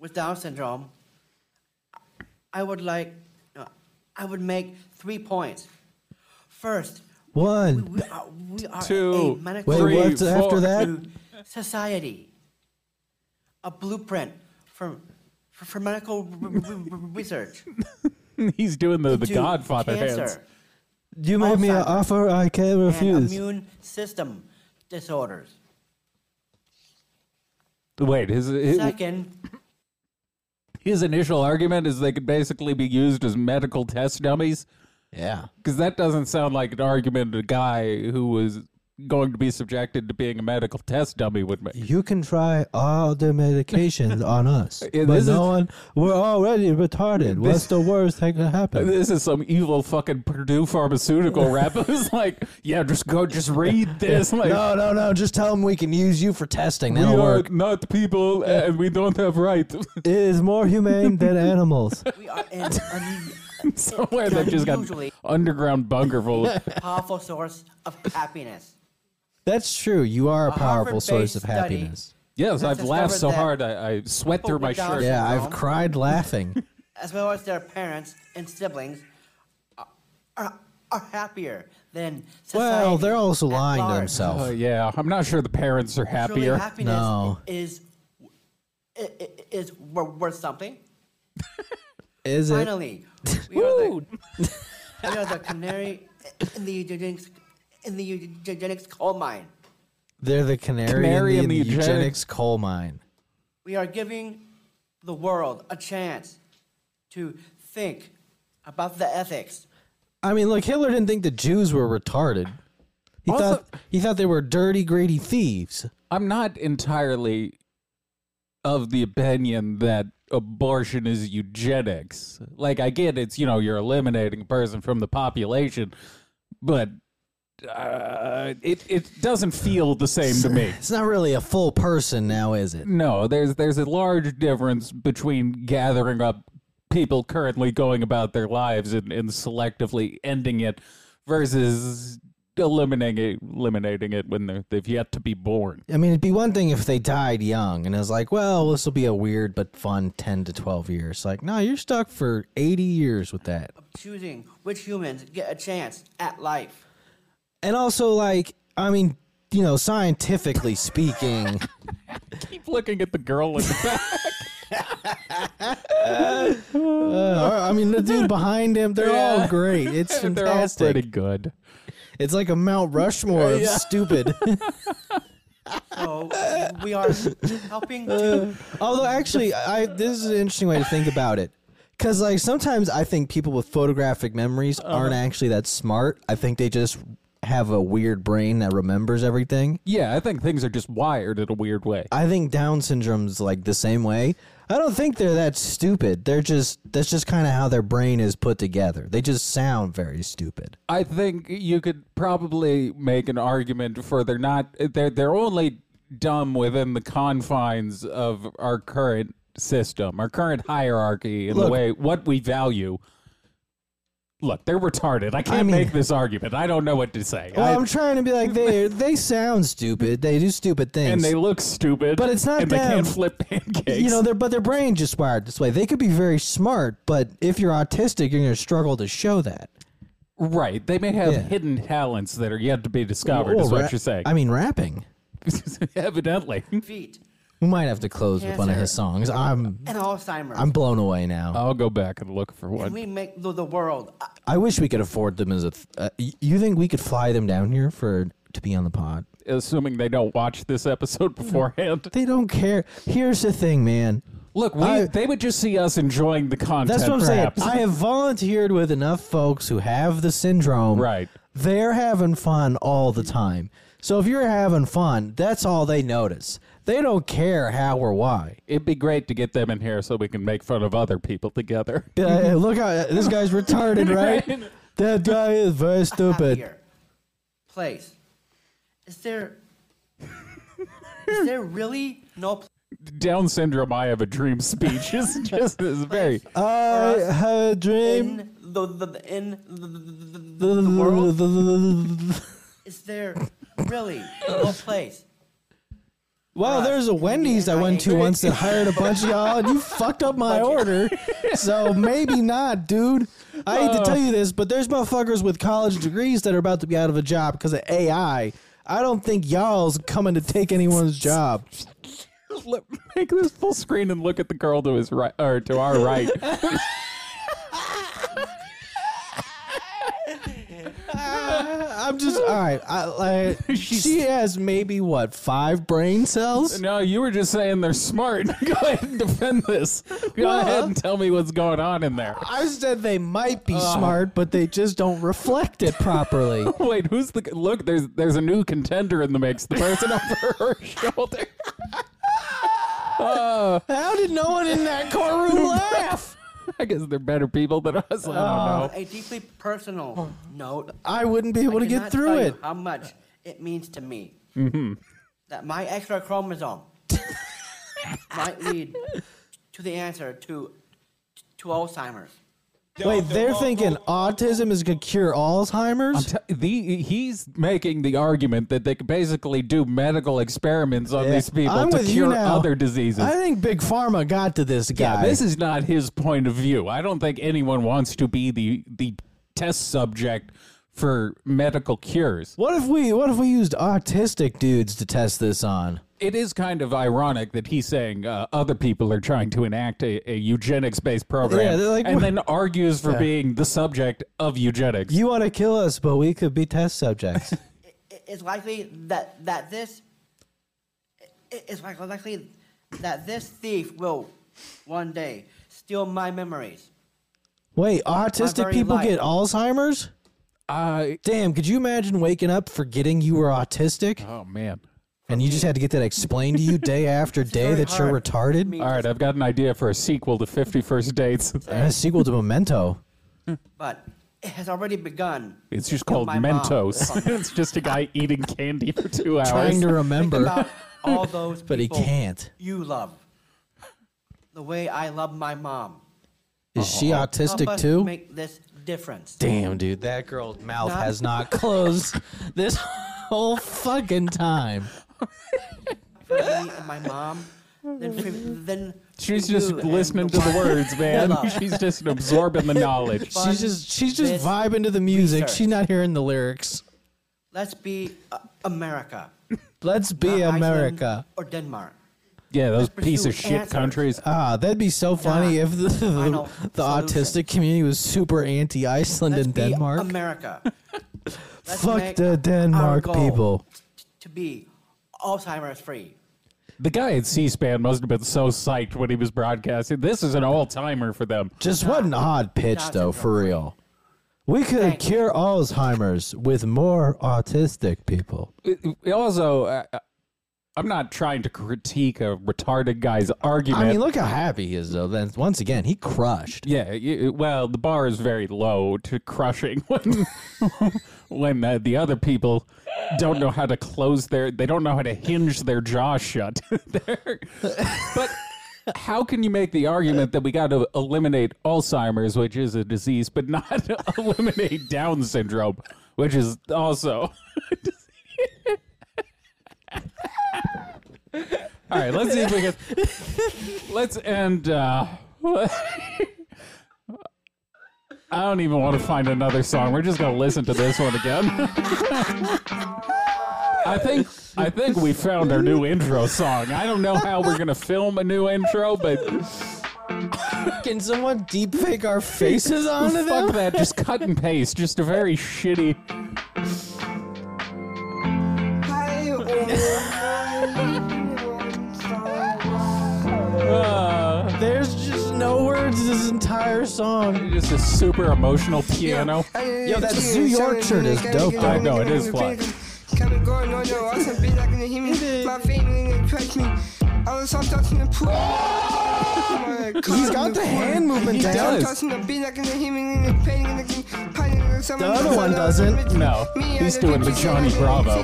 I: with Down syndrome. I would like, no, I would make three points. First,
B: One.
I: we are, we are a
A: Two,
I: medical
B: Wait,
A: Three,
B: what's after
A: four,
B: that?
I: to society, a blueprint for for, for medical [LAUGHS] r- r- r- research.
A: [LAUGHS] He's doing the, the
I: to
A: Godfather
I: cancer
A: hands.
B: You made me an
I: Alzheimer's
B: offer I can't
I: and
B: refuse.
I: immune system disorders.
A: Wait, his, his
I: Second,
A: his initial argument is they could basically be used as medical test dummies
B: Yeah.
A: because that doesn't sound like an argument a guy who was going to be subjected to being a medical test dummy would make.
B: You can try all the medications
A: [LAUGHS]
B: on us,
A: Yeah,
B: but
A: this
B: no
A: is-
B: one. We're already retarded. What's the worst that could
A: [LAUGHS]
B: happen?
A: This is some evil fucking Purdue pharmaceutical
I: [LAUGHS]
A: rep who's like, yeah, just go, just read this. Like,
B: No, no, no. Just tell them we can use you for testing.
A: we
B: That'll
A: are
B: work.
A: not people and we don't have rights. [LAUGHS]
B: It [LAUGHS] is more humane than animals.
I: we are in an
A: Somewhere they just got
I: Usually.
A: underground bunker full
I: [LAUGHS]
A: of
I: powerful source of happiness.
B: That's true. You are a powerful
I: Harvard-based
B: source of
I: study.
B: happiness.
A: Yes, I've laughed
I: discovered
A: so
I: that
A: hard I, I sweat
I: people
A: through my
I: with Down
A: shirt.
B: Yeah, I've
I: Mom.
B: cried laughing.
I: as well as their parents and siblings, are, are, are happier than society.
B: well, they're also
I: at
B: lying to
I: large.
A: Uh,
B: themselves.
A: yeah, I'm not sure the parents are
I: Truly,
A: happier.
I: happiness
B: No.
I: is i- i- is wor- worth something.
B: [LAUGHS] Is it? [LAUGHS]
I: Finally, we are, the, [LAUGHS] we are the canary in the eugenics in the eugenics coal mine.
B: They're the canary,
A: Canary
B: in,
A: in
B: the,
A: the
B: eugenics,
A: eugenics-
B: coal mine.
I: We are giving the world a chance to think about the ethics.
B: I mean, look, Hitler didn't think the Jews were retarded. He
A: Also-
B: thought he thought they were dirty, greedy thieves.
A: I'm not entirely of the opinion that abortion is eugenics. Like, I get it's, you know, you're eliminating a person from the population, but uh, it, it doesn't feel the same to me.
B: It's not really a full person now, is it?
A: No, there's there's a large difference between gathering up people currently going about their lives and, and selectively ending it versus eliminating it, eliminating it when they're, they've yet to be born.
B: I mean, it'd be one thing if they died young and it was like, well, this will be a weird but fun 10 to 12 years. Like, no, you're stuck for 80 years with that.
I: Choosing which humans get a chance at life.
B: And also, like, I mean, you know, scientifically speaking, [LAUGHS]
A: Keep looking at the girl in the back.
B: uh, I mean, the dude behind him, they're all
A: Yeah. [LAUGHS]
B: great. It's
A: they're all pretty
B: fantastic.
A: good.
B: It's like a Mount
A: [LAUGHS]
B: Rushmore of stupid. [LAUGHS]
I: So we are helping
B: Uh,
I: to
B: Although, actually, I this is an interesting way to think about it. Because, like, sometimes I think people with photographic memories
A: Uh-huh.
B: aren't actually that smart. I think they just have a weird brain that remembers everything.
A: Yeah, I think things are just wired in a weird way.
B: I think Down syndrome's like the same way. I don't think they're that stupid. They're just that's just kind of how their brain is put together. They just sound very stupid.
A: I think you could probably make an argument for they're not they're they're only dumb within the confines of our current system, our current hierarchy and the
B: Look-
A: way what we value. Look, they're retarded. I can't
B: mean-
A: make this argument. I don't know what to say.
B: Well,
A: I-
B: I, am trying to be like
A: [LAUGHS]
B: they they sound stupid. They do stupid things.
A: and they look stupid.
B: But it's not
A: and they
B: them.
A: can't flip [LAUGHS] pancakes.
B: you know, their but their brain just wired this way. They could be very smart, but if you're autistic, you're going to struggle to show that.
A: Right. They may have
B: Yeah.
A: hidden talents that are yet to be discovered,
B: Well,
A: is what
B: ra-
A: you're saying.
B: I mean, rapping.
A: [LAUGHS] Evidently.
I: feet,
B: We might have to close with one of
I: Cancer.
B: his songs. I'm
I: and Alzheimer's.
B: I'm blown away now.
A: I'll go back and look for one.
I: we make the, the world. I,
B: I wish we could afford them as a. Th- uh, y- you think we could fly them down here for to be on the pod?
A: Assuming they don't watch this episode [LAUGHS] beforehand.
B: They don't care. Here's the thing, man.
A: Look, we,
B: I-
A: they would just see us enjoying the content.
B: That's what I'm
A: perhaps.
B: saying. I have volunteered with enough folks who have the syndrome.
A: Right.
B: They're having fun all the time. So if you're having fun, that's all they notice. They don't care how or why.
A: It'd be great to get them in here so we can make fun of other people together. [LAUGHS]
B: Uh, look how this guy's [LAUGHS] retarded, right? That guy is very stupid.
I: happier place. Is there? is there really no place
A: Down syndrome, I have a dream speech [LAUGHS] is just is very.
B: Uh,
A: [LAUGHS]
B: I had a dream.
I: in the, the, the in the, the, the, the, the world?
B: [LAUGHS] Well,
I: Is there really no place?
B: there's a Wendy's I went to once that hired a bunch of y'all, and you fucked up
I: [LAUGHS]
B: my order. So maybe not, dude. I hate to
I: Oh.
B: tell you this, but there's motherfuckers with college degrees that are about to be out of a job because of AI. I don't think y'all's coming to take anyone's job.
A: Let- Make this full screen and look at the girl to his right or to our
B: [LAUGHS]
A: right.
B: I'm just all right. I, like,
I: [LAUGHS]
B: she has maybe what five brain cells.
A: No, you were just saying they're smart. [LAUGHS] Go ahead and defend this. Go
B: Well-
A: ahead and tell me what's going on in there.
B: I said they might be smart, but they just don't reflect it
I: [LAUGHS]
B: properly.
A: Wait, who's the look? There's there's a new contender in the mix. The person over [LAUGHS] her shoulder.
B: How did no one in that
I: [LAUGHS]
B: courtroom laugh?
A: I guess they're better people than us. I don't
I: On
A: know.
I: a deeply personal note,
B: I wouldn't be able
I: I
B: to get
I: cannot
B: through
I: tell you
B: it.
I: how much it means to me that my
B: [LAUGHS]
I: extra chromosome might lead to the answer to to Alzheimer's.
B: Wait, they're thinking autism is gonna cure
A: I'm
B: Alzheimer's.
A: t- the, he's making the argument that they could basically do medical experiments on
B: Yeah,
A: these people
B: I'm
A: to
B: with you
A: cure
B: now.
A: other diseases.
B: I think Big Pharma got to this guy.
A: yeah, this is not his point of view. I don't think anyone wants to be the the test subject for medical cures.
B: what if we what if we used autistic dudes to test this on?
A: It is kind of ironic that he's saying uh, other people are trying to enact a, a eugenics-based program,
B: Yeah, they're like,
A: and
B: "What?"
A: then argues for being the subject of eugenics.
B: You want to kill us, but we could be
A: [LAUGHS]
B: test subjects.
I: I- It's likely that that this i- it's like- likely that this thief will one day steal my memories.
B: Wait, autistic
I: very
B: people
I: life.
B: get Alzheimer's?
A: I-
B: Damn, could you imagine waking up forgetting you were autistic
A: oh man!
B: and you just had to get that explained
A: [LAUGHS]
B: to you day after day
I: very
B: that you're
I: hard.
B: retarded?
I: Me
A: All right, I've got an idea for a sequel to Fifty First Dates. [LAUGHS]
B: And a sequel to Memento.
I: But it has already begun.
A: It's just
I: Kill
A: called
I: my mom.
A: Mentos. [LAUGHS] it's just a
I: [LAUGHS]
A: guy eating candy for two hours.
B: Trying
A: [LAUGHS]
B: to
I: Think
B: remember,
I: about
B: [LAUGHS]
I: all those
B: but he
I: people
B: can't.
I: you love. The way I love my mom.
B: Is she
I: Help
B: autistic
I: us
B: too?
I: Make this difference.
B: Damn, dude, that girl's mouth
I: Not-
B: has not [LAUGHS] closed this whole fucking time.
I: for me and my mom. Then, for, then
A: She's
I: for
A: just
I: you and
A: listening to the
I: one
A: words,
I: [LAUGHS] you
A: man.
I: love.
A: She's just
I: [LAUGHS]
A: absorbing the knowledge.
I: Fun
B: She's just she's just
I: with
B: vibing to the music.
I: research.
B: She's not hearing the lyrics.
I: Let's be uh, America.
B: Let's be
I: not Iceland
B: America.
I: or Denmark.
A: Yeah, those
I: pursue
A: piece of shit
I: answers.
A: countries.
B: Ah, that'd be so funny if the, the,
I: final
B: the
I: solution.
B: autistic community was super anti Iceland
I: Let's
B: and
I: be
B: Denmark.
I: America. Let's
B: Fuck
I: make
B: the
I: our
B: Denmark
I: goal
B: people.
I: To be Alzheimer's free.
A: The guy at C-SPAN must have been so psyched when he was broadcasting. This is an all-timer for them.
B: Just what an odd pitch,
I: Johnson
B: though,
I: Johnson.
B: for real. We could
I: Thank you.
B: cure Alzheimer's with more autistic people.
A: It- it also, uh, uh, I'm not trying to critique a retarded guy's argument.
B: I mean, look how happy he is, though. Then once again, he crushed.
A: Yeah, y- well, the bar is very low to crushing [LAUGHS] when when the, the other people don't know how to close their they don't know how to hinge their jaw shut. [LAUGHS] They're- but how can you make the argument that we got to eliminate Alzheimer's, which is a disease, but not [LAUGHS] eliminate Down syndrome, which is also [LAUGHS] All right, let's see if we can. [LAUGHS] Let's end. Uh, I, I don't even want to find another song. We're just gonna listen to this one again. I think I think we found our new intro song. I don't know how we're gonna film a new intro, but
B: Can someone deepfake [LAUGHS] our faces onto
A: fuck
B: them?
A: that. Just cut and paste. Just a very shitty.
D: Hi, oh, hi,
A: Uh,
B: There's just no words to this entire song.
A: just a super emotional piano.
B: Yo, that New York shirt is dope, though.
A: I know, it is fly.
D: Kinda going on, no, I said, be like in the human. My family didn't trust me. I was sometimes in the pool.
B: He's
D: He's
B: got the hand movement
A: He
B: down.
A: does.
D: The
B: The other one doesn't.
A: No, he's doing the Johnny Bravo.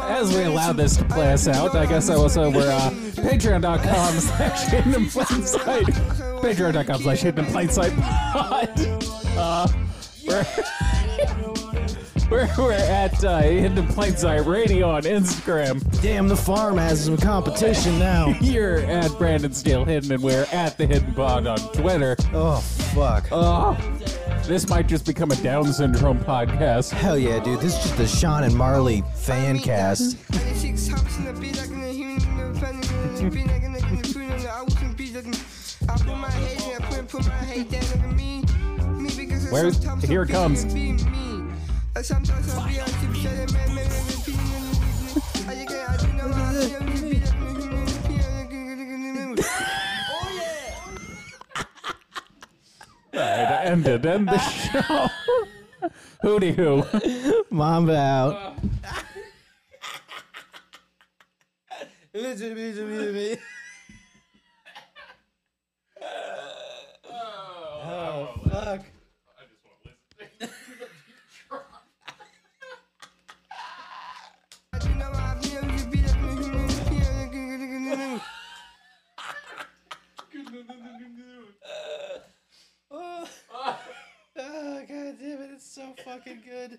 A: As we allow this to play us out, I guess I will say we're uh, patreon.com slash hidden in plain sight. Patreon.com slash hidden in plain sight. But, uh, we're, [LAUGHS] we're, we're at uh, hidden in plain sight radio on Instagram.
B: Damn, the farm has some competition now.
A: Here at Brandon Steele Hidden, and we're at the Hidden Pod on Twitter.
B: oh, fuck.
A: Uh, this might just become a Down syndrome podcast.
B: Hell yeah, dude. This is just the Sean and Marley fan cast.
A: Where's- here it comes. Alright, end it. End the [LAUGHS] show. Hooty hoo.
B: Mamba out.
K: Oh, God damn it, it's so fucking good.